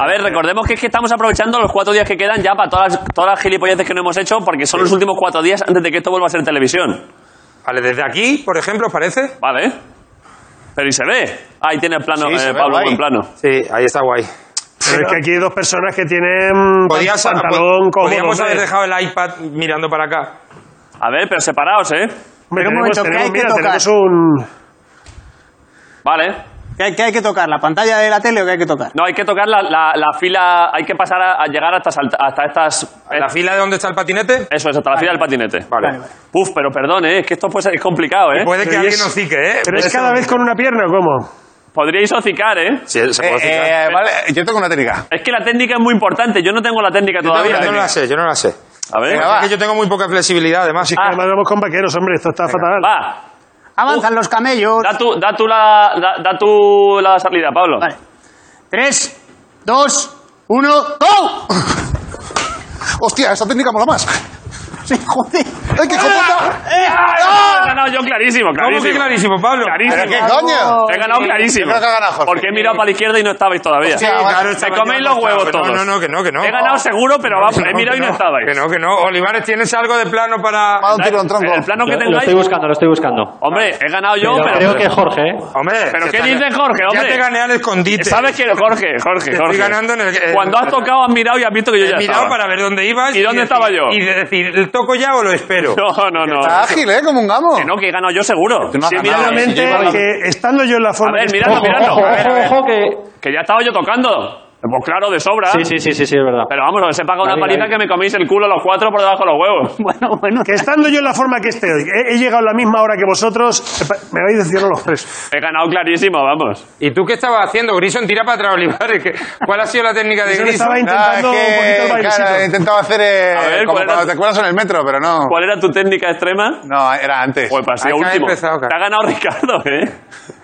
[SPEAKER 3] A ver, recordemos que es que estamos aprovechando los cuatro días que quedan ya para todas las, todas las gilipolleces que no hemos hecho, porque son los últimos cuatro días antes de que esto vuelva a ser televisión.
[SPEAKER 7] vale, desde aquí, por ejemplo, ¿os parece?
[SPEAKER 3] Vale. Pero y se ve. Ahí tiene el plano,
[SPEAKER 4] Sí, se
[SPEAKER 3] eh,
[SPEAKER 4] ve
[SPEAKER 3] Pablo,
[SPEAKER 4] guay.
[SPEAKER 3] buen plano.
[SPEAKER 7] Sí, ahí está guay.
[SPEAKER 2] Pero es que aquí hay dos personas que tienen
[SPEAKER 7] Podías-
[SPEAKER 2] pantalón
[SPEAKER 7] pod-
[SPEAKER 2] cómodo.
[SPEAKER 7] podíamos
[SPEAKER 2] hombre.
[SPEAKER 7] pues, haber dejado el iPad mirando para acá.
[SPEAKER 3] A ver, pero separados, ¿eh?
[SPEAKER 2] Hombre,
[SPEAKER 6] Pero un
[SPEAKER 2] tenemos,
[SPEAKER 6] momento, ¿qué
[SPEAKER 2] tenemos-
[SPEAKER 6] hay que
[SPEAKER 2] mira,
[SPEAKER 6] tocar?
[SPEAKER 2] tenemos un...
[SPEAKER 3] Vale.
[SPEAKER 6] ¿Qué hay, qué hay que tocar? ¿La pantalla de la tele o qué hay que tocar?
[SPEAKER 3] No, hay que tocar la, la- la fila, hay que pasar a, a llegar hasta, salt- hasta estas... eh,
[SPEAKER 7] ¿En la fila de donde está el patinete?
[SPEAKER 3] Eso, es, hasta la fila del patinete.
[SPEAKER 7] Vale.
[SPEAKER 3] Uf, pero perdón, ¿eh? Es que esto puede ser- es complicado, ¿eh?
[SPEAKER 7] Puede que
[SPEAKER 2] Pero
[SPEAKER 7] alguien
[SPEAKER 2] es-
[SPEAKER 7] hocique, ¿eh?
[SPEAKER 2] ¿Pero
[SPEAKER 7] Puede
[SPEAKER 2] es
[SPEAKER 7] ser-
[SPEAKER 2] cada vez con una pierna o cómo?
[SPEAKER 3] Podríais hocicar, ¿eh?
[SPEAKER 7] Sí, se puede
[SPEAKER 4] Eh,
[SPEAKER 7] hocicar.
[SPEAKER 4] eh, vale, yo tengo una técnica.
[SPEAKER 3] Es que la técnica es muy importante. Yo no tengo la técnica
[SPEAKER 7] Yo
[SPEAKER 3] todavía.
[SPEAKER 7] no
[SPEAKER 3] ¿eh?
[SPEAKER 7] la sé, yo no la sé.
[SPEAKER 3] A ver.
[SPEAKER 4] Venga,
[SPEAKER 7] Es
[SPEAKER 4] va.
[SPEAKER 7] que yo tengo muy poca flexibilidad, además.
[SPEAKER 2] Si
[SPEAKER 6] Ah.
[SPEAKER 3] Ah,
[SPEAKER 2] es que además vamos con vaqueros, hombre, esto está fatal.
[SPEAKER 3] Va,
[SPEAKER 6] Avanzan los camellos.
[SPEAKER 3] Da tú, da tú la, da, da tú la salida, Pablo.
[SPEAKER 6] Vale. Tres, dos, uno, ¡go!
[SPEAKER 4] Hostia, esa técnica mola más.
[SPEAKER 6] Sí, joder.
[SPEAKER 4] ¡Ay, qué hijo de puta!
[SPEAKER 3] ¡Ah! He ganado yo clarísimo,
[SPEAKER 7] ¿Cómo que
[SPEAKER 3] clarísimo.
[SPEAKER 7] clarísimo, Pablo?
[SPEAKER 3] Clarísimo.
[SPEAKER 4] ¿Pero qué coño?
[SPEAKER 3] He ganado clarísimo.
[SPEAKER 4] Yo creo que ha ganado Jorge.
[SPEAKER 3] Porque he mirado para la izquierda y no estabais todavía.
[SPEAKER 4] Hostia, claro,
[SPEAKER 3] Me
[SPEAKER 7] chaval,
[SPEAKER 3] coméis
[SPEAKER 7] no
[SPEAKER 3] los
[SPEAKER 7] estaba,
[SPEAKER 3] huevos
[SPEAKER 7] que no,
[SPEAKER 3] todos.
[SPEAKER 7] No, no, que no, que no.
[SPEAKER 3] He ganado seguro, pero vamos, he
[SPEAKER 7] No,
[SPEAKER 3] mirado y no
[SPEAKER 7] que no,
[SPEAKER 3] estabais.
[SPEAKER 7] Que no, que no. Olivares, ¿tienes algo de plano para...?
[SPEAKER 4] Me ha dado un tiro en tronco.
[SPEAKER 3] El plano que
[SPEAKER 8] Lo- lo,
[SPEAKER 3] tengáis.
[SPEAKER 8] estoy buscando, lo estoy buscando.
[SPEAKER 3] Hombre, he ganado yo,
[SPEAKER 8] Pero
[SPEAKER 3] pero.
[SPEAKER 8] creo que Jorge, ¿eh?
[SPEAKER 7] Hombre...
[SPEAKER 3] ¿Pero
[SPEAKER 7] se
[SPEAKER 3] qué
[SPEAKER 7] está-
[SPEAKER 3] dice Jorge,
[SPEAKER 7] Ya
[SPEAKER 3] hombre?
[SPEAKER 7] te gané al escondite.
[SPEAKER 3] ¿Sabes que Jorge, Jorge,
[SPEAKER 7] Estoy
[SPEAKER 3] Jorge.
[SPEAKER 7] ganando en el- en-
[SPEAKER 3] Cuando has tocado, has mirado y has visto que yo
[SPEAKER 7] He
[SPEAKER 3] ya
[SPEAKER 7] mirado
[SPEAKER 3] estaba.
[SPEAKER 7] para ver dónde ibas.
[SPEAKER 3] ¿Y dónde
[SPEAKER 7] decir-
[SPEAKER 3] estaba yo?
[SPEAKER 7] Y de decir, ¿toco ya o lo espero?
[SPEAKER 3] No, no, no.
[SPEAKER 4] Está ágil, ¿eh? Como un gamo.
[SPEAKER 3] Que no, que he ganado yo seguro.
[SPEAKER 4] no has
[SPEAKER 3] Sí,
[SPEAKER 4] ganado,
[SPEAKER 3] míralo,
[SPEAKER 4] eh.
[SPEAKER 3] sí, sí,
[SPEAKER 2] Realmente,
[SPEAKER 3] sí.
[SPEAKER 2] que estando yo en la forma...
[SPEAKER 3] A ver,
[SPEAKER 2] que
[SPEAKER 3] miradlo,
[SPEAKER 2] estoy-
[SPEAKER 3] miradlo.
[SPEAKER 8] Ojo,
[SPEAKER 3] A ver, a ver.
[SPEAKER 8] ojo, que...
[SPEAKER 3] Que ya estaba yo tocando. Pues claro, de sobra.
[SPEAKER 8] Sí, sí, sí, sí, sí, es verdad.
[SPEAKER 3] Pero vamos, os he pagado una
[SPEAKER 8] Ahí,
[SPEAKER 3] paliza
[SPEAKER 8] ahí.
[SPEAKER 3] que me coméis el culo los cuatro por debajo de los huevos.
[SPEAKER 6] Bueno, bueno.
[SPEAKER 2] Que estando yo en la forma que estoy, he, he llegado a la misma hora que vosotros, epa, me vais diciendo los tres.
[SPEAKER 3] He ganado clarísimo, vamos.
[SPEAKER 7] ¿Y tú qué estabas haciendo? Grison, tira para atrás, Olivares. que- ¿Cuál ha sido la técnica de
[SPEAKER 2] Grison
[SPEAKER 7] Grison?
[SPEAKER 2] estaba
[SPEAKER 4] Ah,
[SPEAKER 2] intentando
[SPEAKER 4] es que,
[SPEAKER 2] un poquito el bailecito.
[SPEAKER 4] claro, he intentado hacer eh,
[SPEAKER 3] A ver,
[SPEAKER 4] como
[SPEAKER 3] ¿cuál era
[SPEAKER 4] cuando
[SPEAKER 3] tu-
[SPEAKER 4] te acuerdas en el metro, pero no.
[SPEAKER 3] ¿Cuál era tu técnica extrema?
[SPEAKER 4] No, era antes.
[SPEAKER 3] Pues pasé
[SPEAKER 7] Acá he
[SPEAKER 3] último.
[SPEAKER 7] empezado, claro.
[SPEAKER 3] Te ha ganado Ricardo, ¿eh?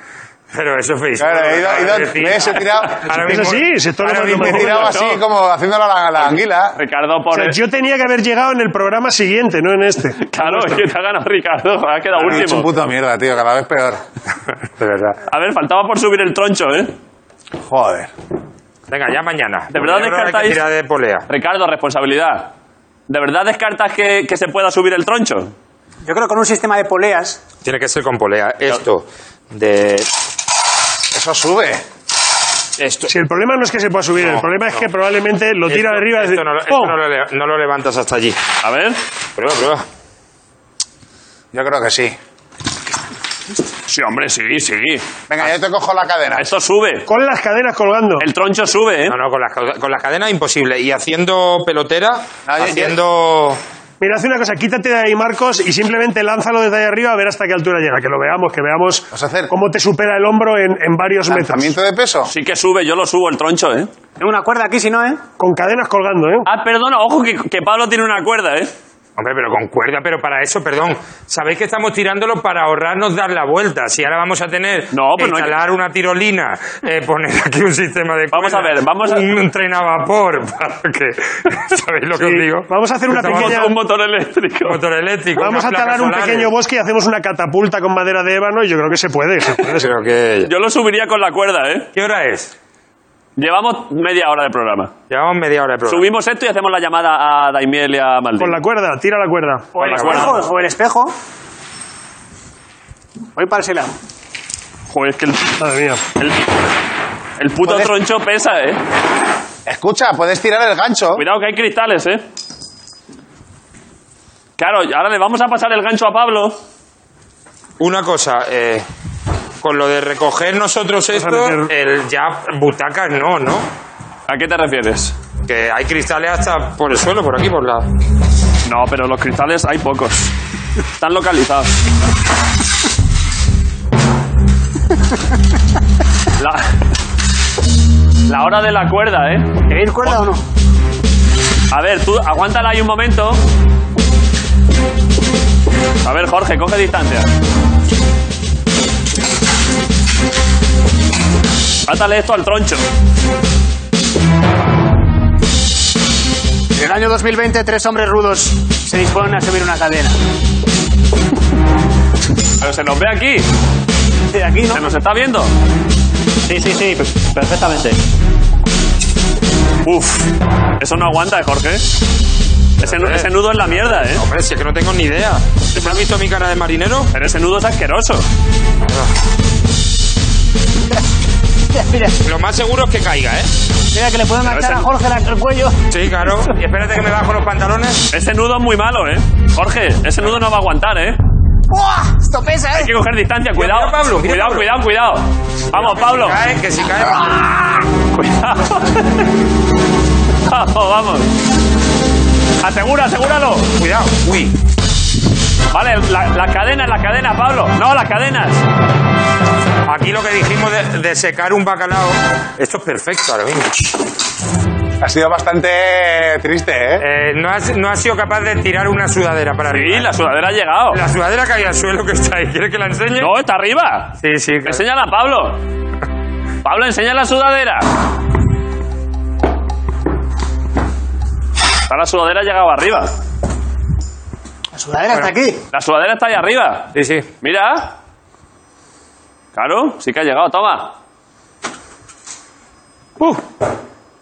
[SPEAKER 7] Pero eso es Facebook.
[SPEAKER 4] Claro, he ido- he ido-
[SPEAKER 7] Es decir,
[SPEAKER 4] ves, he tirado-
[SPEAKER 7] ahora
[SPEAKER 2] Eso
[SPEAKER 7] mismo-
[SPEAKER 2] sí, se está
[SPEAKER 7] ahora
[SPEAKER 2] tomando
[SPEAKER 7] mismo-
[SPEAKER 2] por
[SPEAKER 4] me he
[SPEAKER 2] culo.
[SPEAKER 4] tirado
[SPEAKER 3] no.
[SPEAKER 4] así como haciéndolo a la, a la anguila.
[SPEAKER 3] Ricardo,
[SPEAKER 2] O
[SPEAKER 3] por.
[SPEAKER 2] sea, yo tenía que haber llegado en el programa siguiente, no en este.
[SPEAKER 3] Claro, es que te ha ganado Ricardo. Ha quedado
[SPEAKER 4] Es un
[SPEAKER 3] último.
[SPEAKER 4] puto mierda, tío, cada vez peor.
[SPEAKER 7] De verdad.
[SPEAKER 3] A ver, faltaba por subir el troncho, ¿eh?
[SPEAKER 4] Joder.
[SPEAKER 7] Venga, ya mañana.
[SPEAKER 3] ¿De verdad
[SPEAKER 7] Porque ahora hay que
[SPEAKER 3] descartáis-
[SPEAKER 7] tirar de polea.
[SPEAKER 3] Ricardo, responsabilidad. ¿De verdad descartas que, que se pueda subir el troncho?
[SPEAKER 6] Yo creo que con un sistema de poleas.
[SPEAKER 7] Tiene que ser con polea. Esto de...
[SPEAKER 4] Eso sube.
[SPEAKER 7] Esto...
[SPEAKER 2] Si el problema no es que se pueda subir, el problema es que probablemente lo tira de ¡Oh! arriba y dice,
[SPEAKER 7] Esto, no, lo- esto
[SPEAKER 2] ¡pum!
[SPEAKER 7] no lo le- no lo levantas hasta allí.
[SPEAKER 3] A ver.
[SPEAKER 7] Prueba, prueba.
[SPEAKER 4] Yo creo que sí.
[SPEAKER 3] Sí, hombre, sí, sí.
[SPEAKER 4] Venga, yo te cojo la cadena.
[SPEAKER 3] Esto sube.
[SPEAKER 2] con las cadenas colgando.
[SPEAKER 3] El troncho sube, ¿eh?
[SPEAKER 7] No, no, con las, con las cadenas imposible. Y haciendo pelotera,
[SPEAKER 4] No, yo- yo-
[SPEAKER 7] haciendo...
[SPEAKER 2] Mira, hace una cosa, quítate de ahí, Marcos, y simplemente lánzalo desde ahí arriba a ver hasta qué altura llega, que lo veamos, que veamos
[SPEAKER 4] Vas a hacer-
[SPEAKER 2] cómo te supera el hombro en, en varios metros.
[SPEAKER 4] ¿Lanzamiento de peso?
[SPEAKER 3] Sí que sube, yo lo subo el troncho, ¿eh?
[SPEAKER 6] Tengo una cuerda aquí, si no, ¿eh?
[SPEAKER 2] Con cadenas colgando, ¿eh?
[SPEAKER 3] Ah, perdona, ojo que, que Pablo tiene una cuerda, ¿eh?
[SPEAKER 7] Hombre, pero con cuerda, pero para eso, perdón. Sabéis que estamos tirándolo para ahorrarnos dar la vuelta. Si ahora vamos a tener
[SPEAKER 3] No,
[SPEAKER 7] que
[SPEAKER 3] pero
[SPEAKER 2] pues
[SPEAKER 3] no hay que-
[SPEAKER 7] instalar una tirolina, eh, poner aquí un sistema de
[SPEAKER 3] Vamos
[SPEAKER 7] cuerda,
[SPEAKER 3] a ver, vamos a-
[SPEAKER 7] un, un tren a vapor, para que ¿sabéis lo que os digo?
[SPEAKER 2] Vamos a hacer una
[SPEAKER 7] Estamos-
[SPEAKER 2] pequeña-
[SPEAKER 3] Un motor eléctrico.
[SPEAKER 7] un motor eléctrico,
[SPEAKER 2] Vamos a
[SPEAKER 7] unas placas
[SPEAKER 2] talar un
[SPEAKER 7] solares.
[SPEAKER 2] pequeño bosque y hacemos una catapulta con madera de ébano y yo creo que se puede. se puede.
[SPEAKER 7] Creo que-
[SPEAKER 3] Yo lo subiría con la cuerda, ¿eh?
[SPEAKER 7] ¿Qué hora es?
[SPEAKER 3] Llevamos media hora de programa.
[SPEAKER 7] Llevamos media hora de programa.
[SPEAKER 3] Subimos esto y hacemos la llamada a Daimiel y a Maldini.
[SPEAKER 2] Con la cuerda, tira la cuerda.
[SPEAKER 6] O el
[SPEAKER 3] Hola,
[SPEAKER 6] espejo,
[SPEAKER 3] buenas.
[SPEAKER 6] o el espejo. Voy para ese lado.
[SPEAKER 3] Joder, es que el,
[SPEAKER 2] Madre mía.
[SPEAKER 3] el, el puto
[SPEAKER 4] Joder.
[SPEAKER 3] troncho pesa, ¿eh?
[SPEAKER 4] Escucha, puedes tirar el gancho.
[SPEAKER 3] Cuidado que hay cristales, ¿eh? Claro, ahora le vamos a pasar el gancho a Pablo.
[SPEAKER 7] Una cosa, eh, con lo de recoger nosotros esto,
[SPEAKER 2] meter-
[SPEAKER 7] el ya butacas no, ¿no?
[SPEAKER 3] ¿A qué te refieres?
[SPEAKER 7] Que hay cristales hasta por el suelo, por aquí, por la...
[SPEAKER 3] No, pero los cristales hay pocos. Están localizados. La, la hora de la cuerda, ¿eh?
[SPEAKER 6] ¿Tenéis cuerda o no?
[SPEAKER 3] A ver, tú aguántala ahí un momento. A ver, Jorge, coge distancia. Átale esto al troncho.
[SPEAKER 6] En el año 2020, tres hombres rudos se disponen a subir una cadena.
[SPEAKER 3] Pero se nos ve aquí.
[SPEAKER 6] De aquí, ¿no?
[SPEAKER 3] Se nos está viendo.
[SPEAKER 8] Sí, sí, sí, per- perfectamente.
[SPEAKER 3] Uf, eso no aguanta, ¿eh, Jorge. Ese, nu- ese nudo es la mierda, ¿eh?
[SPEAKER 7] Hombre, si es que no tengo ni idea. ¿Me has visto mi cara de marinero?
[SPEAKER 3] Pero ese nudo es asqueroso.
[SPEAKER 6] Mira, mira,
[SPEAKER 7] Lo más seguro es que caiga, ¿eh?
[SPEAKER 6] mira que le pueden marcar
[SPEAKER 3] ese-
[SPEAKER 6] a Jorge la- el cuello.
[SPEAKER 7] Sí, claro. Y espérate que me bajo los pantalones.
[SPEAKER 3] Ese nudo es muy malo, ¿eh? Jorge, ese nudo no va a aguantar, ¿eh?
[SPEAKER 6] ¡Buah! Esto pesa,
[SPEAKER 3] Hay
[SPEAKER 6] ¿eh?
[SPEAKER 3] que coger distancia, cuidado.
[SPEAKER 7] mira, Pablo, mira,
[SPEAKER 3] cuidado,
[SPEAKER 7] Pablo.
[SPEAKER 3] cuidado, cuidado. Vamos, Pablo.
[SPEAKER 7] Cae, que si cae...
[SPEAKER 3] Cuidado. vamos, vamos. Asegura, asegúralo.
[SPEAKER 7] Cuidado. Uy.
[SPEAKER 3] Vale, la- las cadenas, las cadenas, Pablo. No, las cadenas.
[SPEAKER 7] Aquí lo que dijimos de, de secar un bacalao. Esto es perfecto ahora mismo.
[SPEAKER 4] Ha sido bastante triste, ¿eh?
[SPEAKER 7] Eh, no, has, no has sido capaz de tirar una sudadera para
[SPEAKER 3] Sí,
[SPEAKER 7] arriba.
[SPEAKER 3] la sudadera ha llegado.
[SPEAKER 7] La sudadera cae al suelo que está ahí. ¿Quieres que la enseñe?
[SPEAKER 3] No, está arriba.
[SPEAKER 7] Sí, sí. claro.
[SPEAKER 3] Enséñala a Pablo. Pablo, enseña la sudadera. Está la sudadera ha llegado arriba.
[SPEAKER 6] La sudadera está aquí.
[SPEAKER 3] La sudadera está ahí arriba.
[SPEAKER 7] Sí, sí.
[SPEAKER 3] Mira. Claro, sí que ha llegado. Toma.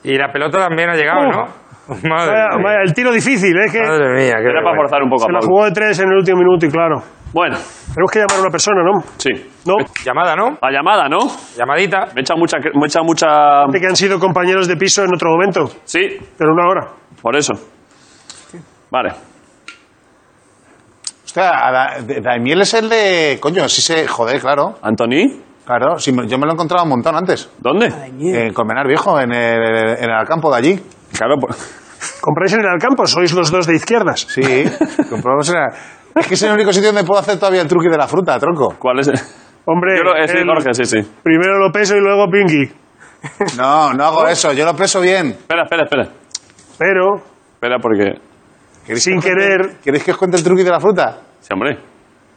[SPEAKER 7] Y la pelota también ha llegado, ¿no? Madre,
[SPEAKER 2] Vaya,
[SPEAKER 7] mía.
[SPEAKER 2] vaya, el tiro difícil, ¿eh? es que
[SPEAKER 7] Madre mía, qué
[SPEAKER 3] Era para
[SPEAKER 7] vergüenza.
[SPEAKER 3] forzar un poco a
[SPEAKER 2] se la
[SPEAKER 3] Pablo.
[SPEAKER 2] jugó de tres en el último minuto y claro.
[SPEAKER 3] Bueno,
[SPEAKER 2] Tenemos que llamar a una persona, ¿no?
[SPEAKER 3] sí.
[SPEAKER 2] No,
[SPEAKER 7] Llamada, ¿no?
[SPEAKER 3] La llamada, ¿no?
[SPEAKER 7] Llamadita.
[SPEAKER 3] Me echa mucha... Me echa mucha...
[SPEAKER 2] de que han sido compañeros de piso en otro momento,
[SPEAKER 3] Sí,
[SPEAKER 2] pero una hora.
[SPEAKER 3] por eso. Vale.
[SPEAKER 4] Hostia, a Da- de- Daimiel es el de. Coño, sí se. Joder, claro.
[SPEAKER 3] Antoni,
[SPEAKER 4] Claro, sí, me- yo me lo he encontrado un montón antes.
[SPEAKER 3] ¿dónde?
[SPEAKER 4] En Colmenar Viejo, en el, en el campo de allí.
[SPEAKER 3] Claro, por-
[SPEAKER 2] ¿Compráis en el Alcampo? Sois los dos de izquierdas.
[SPEAKER 4] Sí, comprobamos en el- Es que es el único sitio donde puedo hacer todavía el truqui de la fruta, tronco.
[SPEAKER 3] ¿cuál es?
[SPEAKER 2] Hombre,
[SPEAKER 3] Yo lo- eh, sí,
[SPEAKER 2] el-
[SPEAKER 3] Jorge, sí, sí.
[SPEAKER 2] primero lo peso y luego Pinky.
[SPEAKER 4] No, no hago eso, yo lo peso bien.
[SPEAKER 3] Espera, espera, espera.
[SPEAKER 2] Pero,
[SPEAKER 3] Espera, porque...
[SPEAKER 4] ¿Queréis
[SPEAKER 2] sin
[SPEAKER 4] que os cuente-
[SPEAKER 2] querer,
[SPEAKER 4] ¿Queréis que os cuente el truqui de la fruta?
[SPEAKER 3] Sí, hombre.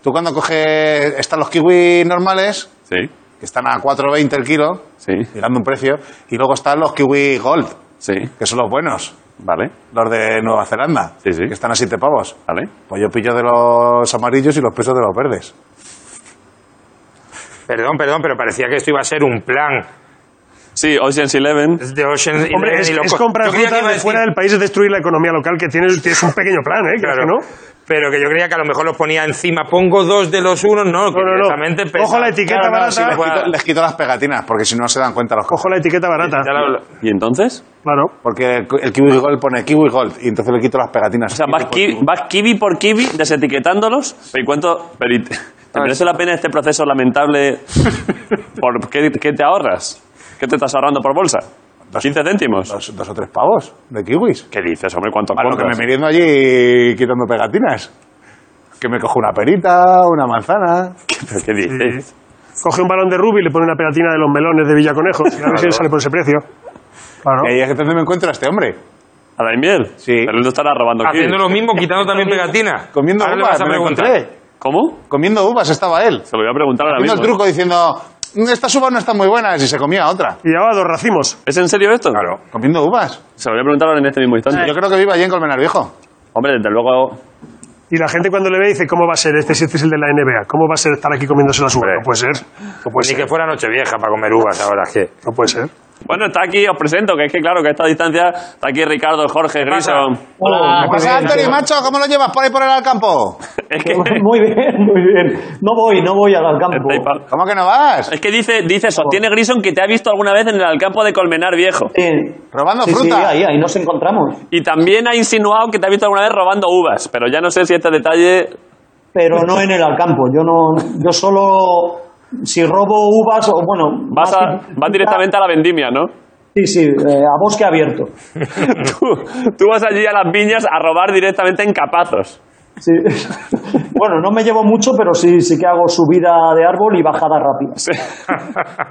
[SPEAKER 4] Tú cuando coges. Están los kiwis normales,
[SPEAKER 3] Sí,
[SPEAKER 4] que están a 4,20 el kilo,
[SPEAKER 3] sí,
[SPEAKER 4] mirando un precio, y luego están los kiwi gold,
[SPEAKER 3] sí.
[SPEAKER 4] que son los buenos,
[SPEAKER 3] Vale,
[SPEAKER 4] los de Nueva Zelanda,
[SPEAKER 3] Sí, sí.
[SPEAKER 4] que están a 7 pavos.
[SPEAKER 3] vale.
[SPEAKER 4] Pues yo pillo de los amarillos y los peso de los verdes.
[SPEAKER 7] Perdón, perdón, pero parecía que esto iba a ser un plan
[SPEAKER 3] Sí, Ocean's Eleven.
[SPEAKER 7] de Ocean
[SPEAKER 2] hombre, es, es comprar fruta de fuera del país es destruir la economía local, que tienes, tienes un pequeño plan, ¿eh? Claro.
[SPEAKER 7] Claro,
[SPEAKER 2] Que no?
[SPEAKER 7] Pero que yo creía que a lo mejor los ponía encima. Pongo dos de los unos, no, que
[SPEAKER 2] No, no, no.
[SPEAKER 7] directamente pesa.
[SPEAKER 2] Cojo la etiqueta
[SPEAKER 7] Claro, no,
[SPEAKER 2] barata.
[SPEAKER 7] sí,
[SPEAKER 4] Les
[SPEAKER 7] les voy a-
[SPEAKER 4] quito, les quito las pegatinas, porque si no se dan cuenta los
[SPEAKER 2] Cojo
[SPEAKER 4] cojos.
[SPEAKER 2] la etiqueta barata.
[SPEAKER 7] ya lo-
[SPEAKER 3] ¿Y entonces?
[SPEAKER 2] Claro.
[SPEAKER 4] Porque el, el kiwi gold pone kiwi gold, y entonces le quito las pegatinas.
[SPEAKER 3] O sea, vas, ki- vas kiwi por kiwi desetiquetándolos. Pero ¿y cuánto? Pero ¿y te, te merece la pena este proceso lamentable? ¿Por qué, qué te ahorras? ¿Qué te estás ahorrando por bolsa?
[SPEAKER 4] Dos-
[SPEAKER 3] ¿15 céntimos?
[SPEAKER 4] dos, dos o tres pavos de kiwis.
[SPEAKER 3] ¿Qué dices, hombre? ¿Cuánto
[SPEAKER 4] Para lo que me
[SPEAKER 3] compras?
[SPEAKER 4] miriendo allí quitando pegatinas. Que me cojo una perita, una manzana.
[SPEAKER 3] ¿Pero ¿Qué dices?
[SPEAKER 2] Coge un balón de rubí y le pone una pegatina de los melones de Villaconejo. A ver si le sale por ese precio. Claro.
[SPEAKER 4] Y ahí es que entonces me encuentro a este hombre.
[SPEAKER 3] ¿A Daimiel?
[SPEAKER 4] Sí.
[SPEAKER 3] Pero él no estará robando aquí.
[SPEAKER 7] Haciendo lo mismo, quitando también pegatina.
[SPEAKER 4] Comiendo
[SPEAKER 7] Ahora le
[SPEAKER 4] uvas,
[SPEAKER 7] vas a
[SPEAKER 4] me lo
[SPEAKER 7] preguntar.
[SPEAKER 4] encontré.
[SPEAKER 3] ¿Cómo?
[SPEAKER 4] Comiendo uvas estaba él.
[SPEAKER 3] Se lo voy a preguntar ahora
[SPEAKER 4] Haciendo el
[SPEAKER 3] mismo.
[SPEAKER 4] truco diciendo, "Mm, estas uvas no están muy buenas, y se comía otra.
[SPEAKER 2] Y llevaba dos racimos.
[SPEAKER 3] ¿Es en serio esto? Claro.
[SPEAKER 4] Comiendo uvas.
[SPEAKER 3] Se lo voy a preguntar ahora en este mismo instante.
[SPEAKER 4] Yo creo que vive allí en Colmenar Viejo.
[SPEAKER 3] Hombre, desde luego...
[SPEAKER 2] Y la gente cuando le ve dice, ¿cómo va a ser este si este es el de la NBA? ¿Cómo va a ser estar aquí comiéndose las uvas?
[SPEAKER 7] Hombre.
[SPEAKER 2] No puede ser. No puede
[SPEAKER 7] Ni
[SPEAKER 2] ser.
[SPEAKER 7] Pues que fuera Nochevieja para comer uvas ahora, que.
[SPEAKER 2] No puede ser.
[SPEAKER 3] Bueno, está aquí, os presento, que es que claro, que a esta distancia está aquí Ricardo, Jorge, Grison...
[SPEAKER 8] Hola,
[SPEAKER 6] Ah,
[SPEAKER 4] ¿Qué
[SPEAKER 6] pues
[SPEAKER 4] pasa, Anthony, macho? ¿Cómo lo llevas por ahí por el campo?
[SPEAKER 3] Es que,
[SPEAKER 8] Muy bien, muy bien. No voy, no voy al campo.
[SPEAKER 3] Estáis pa-
[SPEAKER 4] ¿Cómo que no vas?
[SPEAKER 3] es que dice, dice, sostiene Grison que te ha visto alguna vez en el campo de Colmenar Viejo.
[SPEAKER 8] Eh,
[SPEAKER 4] Robando
[SPEAKER 8] sí,
[SPEAKER 4] fruta.
[SPEAKER 8] Sí, ahí, ahí nos encontramos.
[SPEAKER 3] Y también ha insinuado que te ha visto alguna vez robando uvas, pero ya no sé si este detalle...
[SPEAKER 8] Pero no en el Alcampo. Yo no, yo solo si robo uvas o bueno.
[SPEAKER 3] Vas,
[SPEAKER 8] más
[SPEAKER 3] a-
[SPEAKER 8] que-
[SPEAKER 3] vas directamente a la vendimia, ¿no?
[SPEAKER 8] Sí, sí, eh, a bosque abierto.
[SPEAKER 3] tú, tú vas allí a las viñas a robar directamente en capazos.
[SPEAKER 8] Sí. bueno, no me llevo mucho, pero sí, sí que hago subida de árbol y bajada rápida.
[SPEAKER 3] Sí.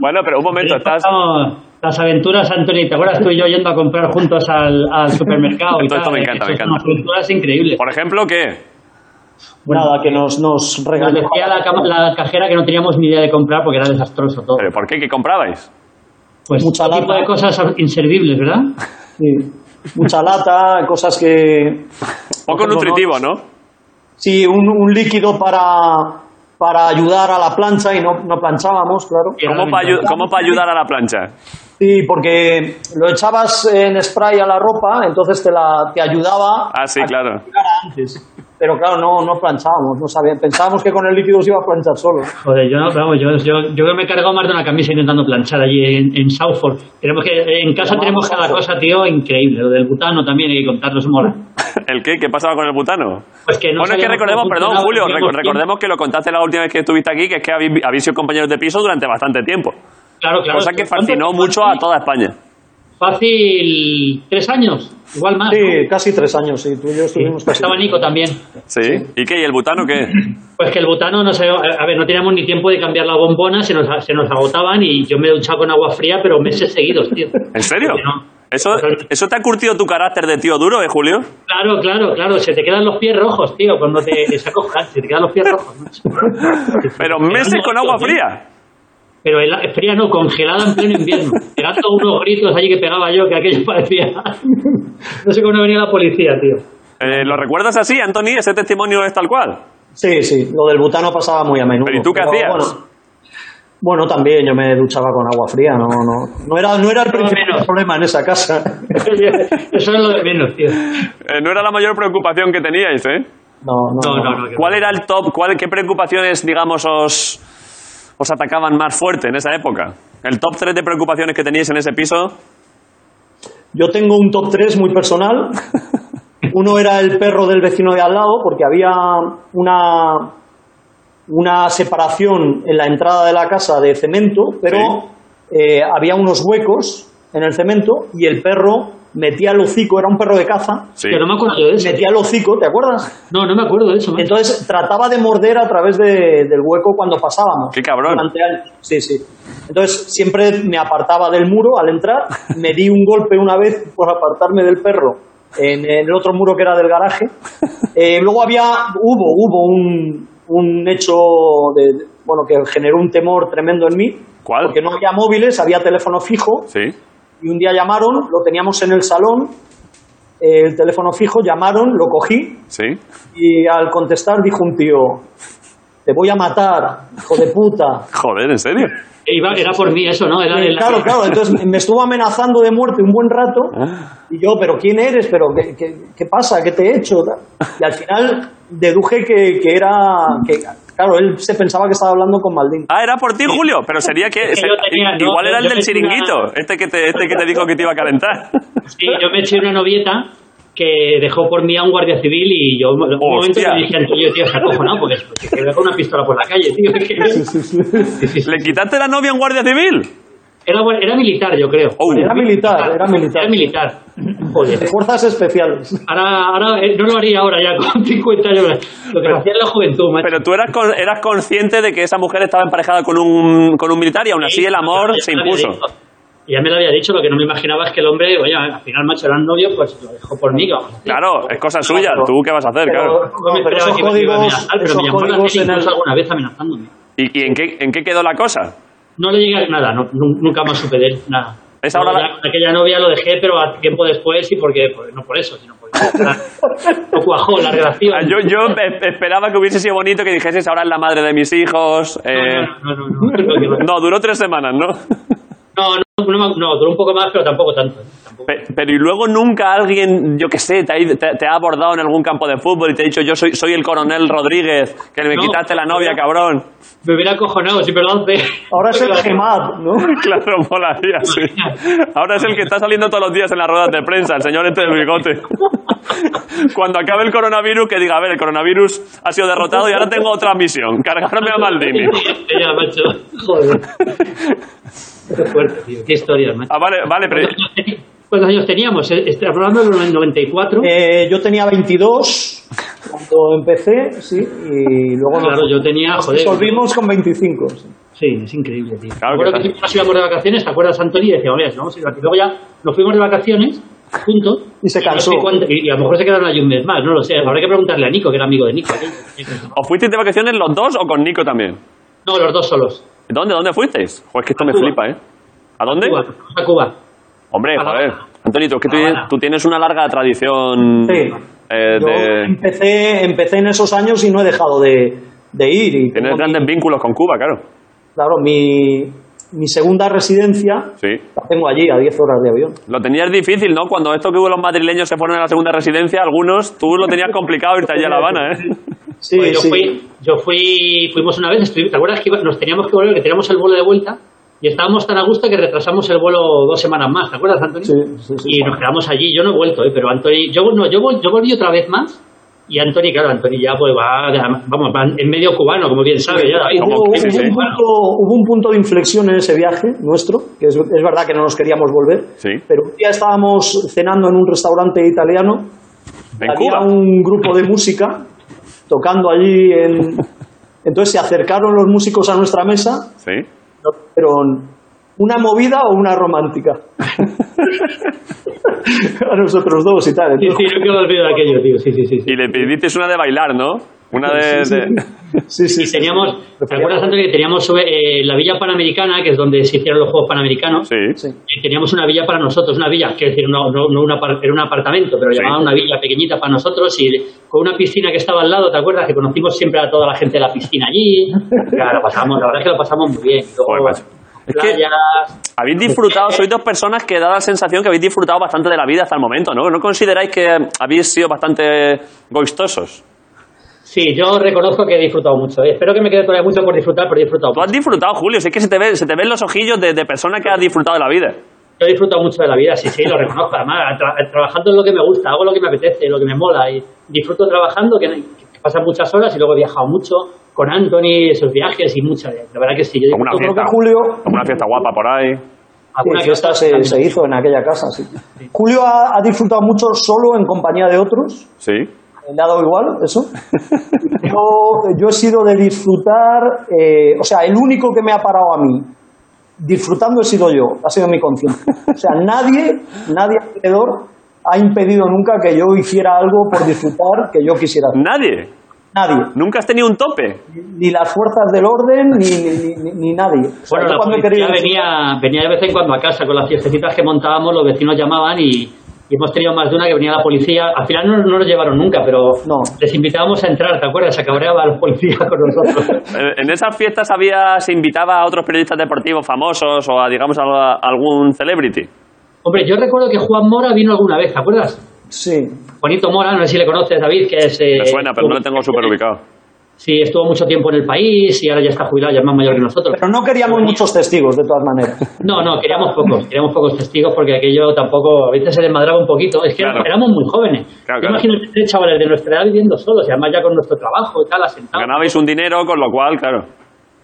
[SPEAKER 3] bueno, pero un momento, estás...
[SPEAKER 9] Vamos, Las aventuras, Anthony, ¿te acuerdas tú y yo yendo a comprar juntos al, al supermercado? y
[SPEAKER 3] Esto- esto
[SPEAKER 9] tal?
[SPEAKER 3] me encanta,
[SPEAKER 9] Eso
[SPEAKER 3] me
[SPEAKER 9] son
[SPEAKER 3] encanta.
[SPEAKER 9] aventuras increíbles.
[SPEAKER 3] Por ejemplo, ¿qué?
[SPEAKER 8] Nada, que nos, nos
[SPEAKER 9] Nos
[SPEAKER 8] regaló.
[SPEAKER 9] decía la, cam- la cajera que no teníamos ni idea de comprar porque era desastroso todo.
[SPEAKER 3] ¿Pero por qué? ¿Qué comprabais?
[SPEAKER 9] Pues
[SPEAKER 8] Mucha
[SPEAKER 9] todo tipo
[SPEAKER 8] lana.
[SPEAKER 9] de cosas inservibles, ¿verdad?
[SPEAKER 8] Sí. Mucha lata, cosas que.
[SPEAKER 3] Poco
[SPEAKER 8] Nosotros
[SPEAKER 3] nutritivo, ¿no?
[SPEAKER 8] Sí, un, un líquido para, para ayudar a la plancha y no, no planchábamos, claro.
[SPEAKER 9] Era
[SPEAKER 3] ¿Cómo para
[SPEAKER 9] lamentable.
[SPEAKER 3] ayudar a la plancha?
[SPEAKER 8] Sí, porque lo echabas en spray a la ropa, entonces te, la, te ayudaba.
[SPEAKER 3] Ah, sí,
[SPEAKER 8] a que
[SPEAKER 3] claro.
[SPEAKER 8] secara antes. Pero claro, no, no planchábamos, no sabíamos. Pensábamos que con el líquido se iba a planchar solo.
[SPEAKER 9] Joder, yo, vamos, yo, yo, yo me he cargado más de una camisa intentando planchar allí en, en Southford. Tenemos que, en casa tenemos cada cosa, tío, increíble. Lo del butano también hay que contarnos mola.
[SPEAKER 3] ¿El qué? ¿Qué pasaba con el butano?
[SPEAKER 9] Pues que no
[SPEAKER 3] bueno, es que
[SPEAKER 9] sabíamos cómo
[SPEAKER 3] recordemos, perdón,
[SPEAKER 9] funcionaba,
[SPEAKER 3] Julio,
[SPEAKER 9] teníamos
[SPEAKER 3] reco- recordemos que lo contaste la última vez que estuviste aquí, que es que habéis, habéis sido compañeros de piso durante bastante tiempo.
[SPEAKER 9] tiempo. Claro, claro.
[SPEAKER 3] cosa que
[SPEAKER 9] ¿Cuánto-
[SPEAKER 3] fascinó
[SPEAKER 9] cuánto-
[SPEAKER 3] mucho a toda España.
[SPEAKER 9] Fácil, tres años, igual más. ¿no?
[SPEAKER 8] Sí, casi tres años, sí. Tú y yo estuvimos casi.
[SPEAKER 9] Estaba Nico también.
[SPEAKER 3] ¿Sí? ¿Y qué? ¿Y el butano qué?
[SPEAKER 9] Pues que el butano, no sé, a ver, no teníamos ni tiempo de cambiar la bombona, se nos, se nos agotaban y yo me he duchado con agua fría, pero meses seguidos, tío.
[SPEAKER 3] ¿En serio?
[SPEAKER 9] Porque no.
[SPEAKER 3] ¿Eso, ¿Eso te ha curtido tu carácter de tío duro, eh, Julio?
[SPEAKER 9] Claro, claro, claro, se te quedan los pies rojos, tío, cuando te, te saco cal, se te quedan los pies rojos. macho.
[SPEAKER 3] Pero meses con agua fría.
[SPEAKER 9] Pero hela- fría no, congelada en pleno invierno. Pegando unos gritos allí que pegaba yo, que aquello parecía... No sé cómo no venía la policía, tío.
[SPEAKER 3] Eh, ¿Lo recuerdas así, Anthony? Ese testimonio es tal cual.
[SPEAKER 8] Sí, sí, lo del butano pasaba muy a menudo.
[SPEAKER 3] Pero, ¿y tú qué hacías?
[SPEAKER 8] Bueno, bueno, también yo me duchaba con agua fría, no, no, no era, no era el
[SPEAKER 9] Por lo
[SPEAKER 8] principal
[SPEAKER 9] menos.
[SPEAKER 8] problema en esa casa.
[SPEAKER 9] Eso es lo de menos, tío.
[SPEAKER 3] Eh, no era la mayor preocupación que teníais, ¿eh?
[SPEAKER 8] No, no,
[SPEAKER 9] No,
[SPEAKER 8] no.
[SPEAKER 9] no, no. que-
[SPEAKER 3] ¿Cuál era el top? Cuál, ¿Qué preocupaciones, digamos, os, os atacaban más fuerte en esa época? El top 3 de preocupaciones que teníais en ese piso.
[SPEAKER 8] Yo tengo un top 3 muy personal. Uno era el perro del vecino de al lado, porque había una, una separación en la entrada de la casa de cemento, pero eh, había unos huecos en el cemento y el perro metía el hocico, era un perro de caza,
[SPEAKER 3] Sí.
[SPEAKER 9] Yo no me acuerdo de eso.
[SPEAKER 8] metía el hocico, ¿te acuerdas?
[SPEAKER 9] No, no me acuerdo de eso. macho.
[SPEAKER 8] Entonces trataba de morder a través de- del hueco cuando pasábamos.
[SPEAKER 3] Qué cabrón.
[SPEAKER 8] Durante al- Sí, sí. Entonces siempre me apartaba del muro al entrar, me di un golpe una vez por apartarme del perro en el otro muro que era del garaje. Eh, luego había, hubo, hubo un, un hecho de, bueno, que generó un temor tremendo en mí.
[SPEAKER 3] ¿Cuál?
[SPEAKER 8] Porque no había móviles, había teléfono fijo
[SPEAKER 3] Sí.
[SPEAKER 8] y un día llamaron, lo teníamos en el salón, eh, el teléfono fijo, llamaron, lo cogí
[SPEAKER 3] Sí.
[SPEAKER 8] y al contestar dijo un tío, te voy a matar, hijo de puta.
[SPEAKER 3] Joder, ¿en serio?
[SPEAKER 9] Eh, Iba- era por mí eso, ¿no? Era el-
[SPEAKER 8] Claro, claro, entonces me estuvo amenazando de muerte un buen rato y yo, pero ¿quién eres? ¿Pero qué, qué- qué pasa? ¿Qué te he hecho? Y al final deduje que, que era... Que, claro, él se pensaba que estaba hablando con Maldín.
[SPEAKER 3] Ah, era por ti, Julio. Pero sería que.
[SPEAKER 9] Es que yo tenía- no,
[SPEAKER 3] igual
[SPEAKER 9] yo-
[SPEAKER 3] era el
[SPEAKER 9] yo
[SPEAKER 3] del
[SPEAKER 9] tenía-
[SPEAKER 3] chiringuito. Este, que te, este que te dijo que te iba a calentar.
[SPEAKER 9] Sí, yo me eché una novieta que dejó por mí a un guardia civil y yo en un momento
[SPEAKER 3] Hostia.
[SPEAKER 9] le dije al tío, tío, se acojonado porque porque me dejó una pistola por la calle, tío. es que- Sí, sí.
[SPEAKER 3] ¿Le quitaste la novia en Guardia Civil?
[SPEAKER 9] Era, bu- era militar, yo creo.
[SPEAKER 3] Oh.
[SPEAKER 8] Era militar, era
[SPEAKER 9] Pues Era
[SPEAKER 8] militar.
[SPEAKER 9] militar. Joder.
[SPEAKER 8] De fuerzas especiales.
[SPEAKER 9] Ahora, ahora eh, no lo haría ahora ya con 50 años. Lo que hacía en la juventud, macho.
[SPEAKER 3] Pero tú eras, con- eras consciente de que esa mujer estaba emparejada con un, con un militar y aún así el amor se impuso.
[SPEAKER 9] Y ya me lo había dicho, lo que no me imaginaba es que el hombre, oye, al final, macho, eran novios, pues lo dejó por mí. vamos.
[SPEAKER 3] Claro, es cosa suya. ¿Tú qué vas a hacer?
[SPEAKER 8] Pero-
[SPEAKER 3] Claro.
[SPEAKER 9] No me
[SPEAKER 8] no, pero
[SPEAKER 9] esperaba
[SPEAKER 8] esos
[SPEAKER 9] que me iba a
[SPEAKER 8] códigos,
[SPEAKER 9] amenazar, pero
[SPEAKER 8] esos
[SPEAKER 9] me llamó la
[SPEAKER 8] códigos
[SPEAKER 9] tele
[SPEAKER 8] en el,
[SPEAKER 9] incluso alguna vez amenazándome.
[SPEAKER 3] ¿Y, y en, qué, en qué quedó la cosa?
[SPEAKER 9] No le llegué a nada, no- nu- nunca más supe de él, nada.
[SPEAKER 3] Es ahora
[SPEAKER 9] Luego
[SPEAKER 3] la-
[SPEAKER 9] ya- Aquella novia lo dejé, pero a tiempo después y porque, por- no por eso, sino porque no cuajó la relación.
[SPEAKER 3] Ah, Yo, yo espe- esperaba que hubiese sido bonito que dijeses ahora es la madre de mis hijos. eh,
[SPEAKER 9] No, no, no, no, no, no, no,
[SPEAKER 3] No, duró tres semanas, ¿no?
[SPEAKER 9] no, no, no, no, duró un poco más, pero tampoco tanto. ¿eh? Tampoco.
[SPEAKER 3] Pe- Pero y luego nunca alguien, yo que sé, te ha, ido- te- te ha abordado en algún campo de fútbol y te ha dicho yo soy, soy el coronel Rodríguez, que me
[SPEAKER 9] No.
[SPEAKER 3] quitaste la novia, cabrón.
[SPEAKER 9] Me hubiera acojonado, siempre lo hace.
[SPEAKER 8] ahora es el GEMAD, ¿no?
[SPEAKER 3] Claro, molaría, sí. Ahora es el que está saliendo todos los días en las ruedas de prensa, el señor este del bigote. Cuando acabe el coronavirus, que diga, a ver, el coronavirus ha sido derrotado y ahora tengo otra misión, cargarme a Maldini.
[SPEAKER 9] Ya, macho. Joder. Qué fuerte, tío. Qué historia, macho.
[SPEAKER 3] Ah, vale, vale, pero...
[SPEAKER 9] ¿Cuántos años teni- ¿Cuántos años teníamos? Eh, Este, hablando del 94.
[SPEAKER 8] Eh, yo tenía 22 cuando empecé, sí, y luego nos-
[SPEAKER 9] Claro, yo tenía,
[SPEAKER 8] nos
[SPEAKER 9] joder.
[SPEAKER 8] disolvimos con 25. sí.
[SPEAKER 9] Sí, es increíble, tío.
[SPEAKER 3] Claro
[SPEAKER 9] Me acuerdo
[SPEAKER 3] que
[SPEAKER 9] que siempre nos íbamos de vacaciones, ¿te acuerdas, Antonio? Y decía, oye, si vamos a ir aquí. Luego ya nos fuimos de vacaciones juntos.
[SPEAKER 8] Y se
[SPEAKER 9] no
[SPEAKER 8] cansó.
[SPEAKER 9] sé cuánto- y, y a lo mejor se quedaron allí un mes más, no lo sé. Habrá que preguntarle a Nico, que era amigo de Nico. aquello.
[SPEAKER 3] ¿Os fuisteis de vacaciones los dos o con Nico también?
[SPEAKER 9] No, los dos solos.
[SPEAKER 3] ¿Dónde, dónde fuisteis? Joder, es que esto me
[SPEAKER 9] Cuba.
[SPEAKER 3] flipa, ¿eh? ¿A dónde?
[SPEAKER 9] Cuba, a Cuba.
[SPEAKER 3] Hombre,
[SPEAKER 9] A La
[SPEAKER 3] joder.
[SPEAKER 9] Habana.
[SPEAKER 3] Antonio, tú, es que tú,
[SPEAKER 9] La Habana.
[SPEAKER 3] tú tienes una larga tradición
[SPEAKER 8] Sí.
[SPEAKER 3] eh,
[SPEAKER 8] Yo
[SPEAKER 3] de...
[SPEAKER 8] empecé, empecé en esos años y no he dejado de, de ir. Y
[SPEAKER 3] Tienes
[SPEAKER 8] tengo mi-
[SPEAKER 3] grandes vínculos con Cuba, claro.
[SPEAKER 8] Claro, mi, mi segunda residencia
[SPEAKER 3] Sí.
[SPEAKER 8] la tengo allí, a 10 horas de avión.
[SPEAKER 3] Lo tenías difícil, ¿no? Cuando esto que hubo los madrileños se fueron a la segunda residencia, algunos, tú lo tenías complicado irte allí a La Habana, ¿eh?
[SPEAKER 8] Sí,
[SPEAKER 9] Pues yo,
[SPEAKER 8] sí.
[SPEAKER 9] fui, yo fui, fuimos una vez, estuvi- ¿te acuerdas que iba- nos teníamos que volver, que teníamos el vuelo de vuelta? Y estábamos tan a gusto que retrasamos el vuelo dos semanas más, ¿te acuerdas, Antonio?
[SPEAKER 8] Sí, sí, sí.
[SPEAKER 9] y nos quedamos allí, yo no he vuelto, ¿eh? pero Antonio, yo, no, yo, vol- yo volví otra vez más. Y Antonio, claro, Antonio ya pues va, vamos, va en medio cubano, como bien sabe, ya.
[SPEAKER 3] Como
[SPEAKER 8] Hubo,
[SPEAKER 3] sí,
[SPEAKER 8] hubo
[SPEAKER 3] sí.
[SPEAKER 8] un punto, hubo un punto de inflexión en ese viaje nuestro, que es, es verdad que no nos queríamos volver,
[SPEAKER 3] Sí.
[SPEAKER 8] pero un día estábamos cenando en un restaurante italiano,
[SPEAKER 3] En
[SPEAKER 8] había
[SPEAKER 3] Cuba.
[SPEAKER 8] un grupo de música tocando allí en... Entonces se acercaron los músicos a nuestra mesa
[SPEAKER 3] Sí.
[SPEAKER 8] nos dijeron una movida o una romántica. a nosotros dos y tal.
[SPEAKER 9] Sí, sí,
[SPEAKER 8] Entonces,
[SPEAKER 9] no quiero olvidar aquello, tío, sí, sí, sí. sí.
[SPEAKER 3] Y le pidiste una de bailar, ¿no? Una de...
[SPEAKER 8] sí,
[SPEAKER 3] de-
[SPEAKER 8] sí, sí,
[SPEAKER 9] Y
[SPEAKER 8] sí,
[SPEAKER 9] teníamos,
[SPEAKER 8] sí.
[SPEAKER 9] ¿te acuerdas, Antonio, que teníamos eh, la Villa Panamericana, que es donde se hicieron los Juegos Panamericanos?
[SPEAKER 3] Sí.
[SPEAKER 8] Sí.
[SPEAKER 9] Eh, teníamos una villa para nosotros, una villa, quiero decir, no, no, no un apar- era un apartamento, pero
[SPEAKER 3] Sí.
[SPEAKER 9] llamaba una villa pequeñita para nosotros y con una piscina que estaba al lado, ¿te acuerdas? Que conocimos siempre a toda la gente de la piscina allí. Claro, lo pasamos, la verdad es que lo pasamos muy bien. Luego,
[SPEAKER 3] Joder, macho. Es que-
[SPEAKER 9] playas.
[SPEAKER 3] Habéis disfrutado, sois dos personas que da la sensación que habéis disfrutado bastante de la vida hasta el momento, ¿no? ¿No consideráis que habéis sido bastante goistosos?
[SPEAKER 9] Sí, yo reconozco que he disfrutado mucho. eh. Espero que me quede todavía mucho por disfrutar, pero he disfrutado
[SPEAKER 3] Tú has
[SPEAKER 9] mucho.
[SPEAKER 3] disfrutado, Julio, si es que se te, ve- se te ven los ojillos de, de persona que has disfrutado de la vida.
[SPEAKER 9] Yo he disfrutado mucho de la vida, sí, sí, lo reconozco. Además, tra- trabajando es lo que me gusta, hago lo que me apetece, lo que me mola. Y disfruto trabajando, que, que pasan muchas horas y luego he viajado mucho con Anthony, esos viajes y muchas. La verdad que sí, yo
[SPEAKER 3] Como una
[SPEAKER 9] disfruto
[SPEAKER 3] fiesta.
[SPEAKER 8] Julio-
[SPEAKER 3] Como una fiesta guapa por ahí.
[SPEAKER 9] alguna
[SPEAKER 8] Sí,
[SPEAKER 9] que
[SPEAKER 8] fiesta
[SPEAKER 9] otra
[SPEAKER 8] se,
[SPEAKER 9] también.
[SPEAKER 8] se hizo en aquella casa. sí. Julio ha, ha disfrutado mucho solo en compañía de otros.
[SPEAKER 3] Sí.
[SPEAKER 8] Le ha dado igual eso. Yo, yo he sido de disfrutar, eh, o sea, el único que me ha parado a mí disfrutando he sido yo, ha sido mi conciencia. O sea, nadie, nadie alrededor ha impedido nunca que yo hiciera algo por disfrutar que yo quisiera hacer.
[SPEAKER 3] Nadie.
[SPEAKER 8] Nadie.
[SPEAKER 3] Nunca has tenido un tope.
[SPEAKER 8] Ni las fuerzas del orden, ni, ni- ni- ni nadie. O sea,
[SPEAKER 9] Bueno,
[SPEAKER 8] yo
[SPEAKER 9] la
[SPEAKER 8] cuando he
[SPEAKER 9] policía
[SPEAKER 8] querido disfrutar-
[SPEAKER 9] venía, venía de vez en cuando a casa con las fiestecitas que montábamos, los vecinos llamaban y, y hemos tenido más de una que venía la policía. Al final no, no nos llevaron nunca, pero
[SPEAKER 8] No.
[SPEAKER 9] les invitábamos a entrar, ¿te acuerdas? Se cabreaba la policía con nosotros.
[SPEAKER 3] Eh, En esas fiestas había, se invitaba a otros periodistas deportivos famosos o a, digamos, a, a algún celebrity.
[SPEAKER 9] Hombre, yo recuerdo que Juan Mora vino alguna vez, ¿te acuerdas?
[SPEAKER 8] Sí.
[SPEAKER 9] Juanito Mora, no sé si le conoces, David, que es... eh,
[SPEAKER 3] Me suena, pero no lo tengo súper ubicado.
[SPEAKER 9] Sí, estuvo mucho tiempo en el país y ahora ya está jubilado, ya es más mayor que nosotros.
[SPEAKER 8] Pero no queríamos muchos testigos, de todas maneras.
[SPEAKER 9] No, no, queríamos pocos, queríamos pocos testigos porque aquello tampoco, a veces se desmadraba un poquito, es que
[SPEAKER 3] Claro.
[SPEAKER 9] éramos muy jóvenes.
[SPEAKER 3] Claro,
[SPEAKER 9] Yo
[SPEAKER 3] claro.
[SPEAKER 9] imagino que tres chavales de nuestra edad viviendo solos y además ya con nuestro trabajo y tal, asentados.
[SPEAKER 3] Ganabais un dinero, con lo cual, claro.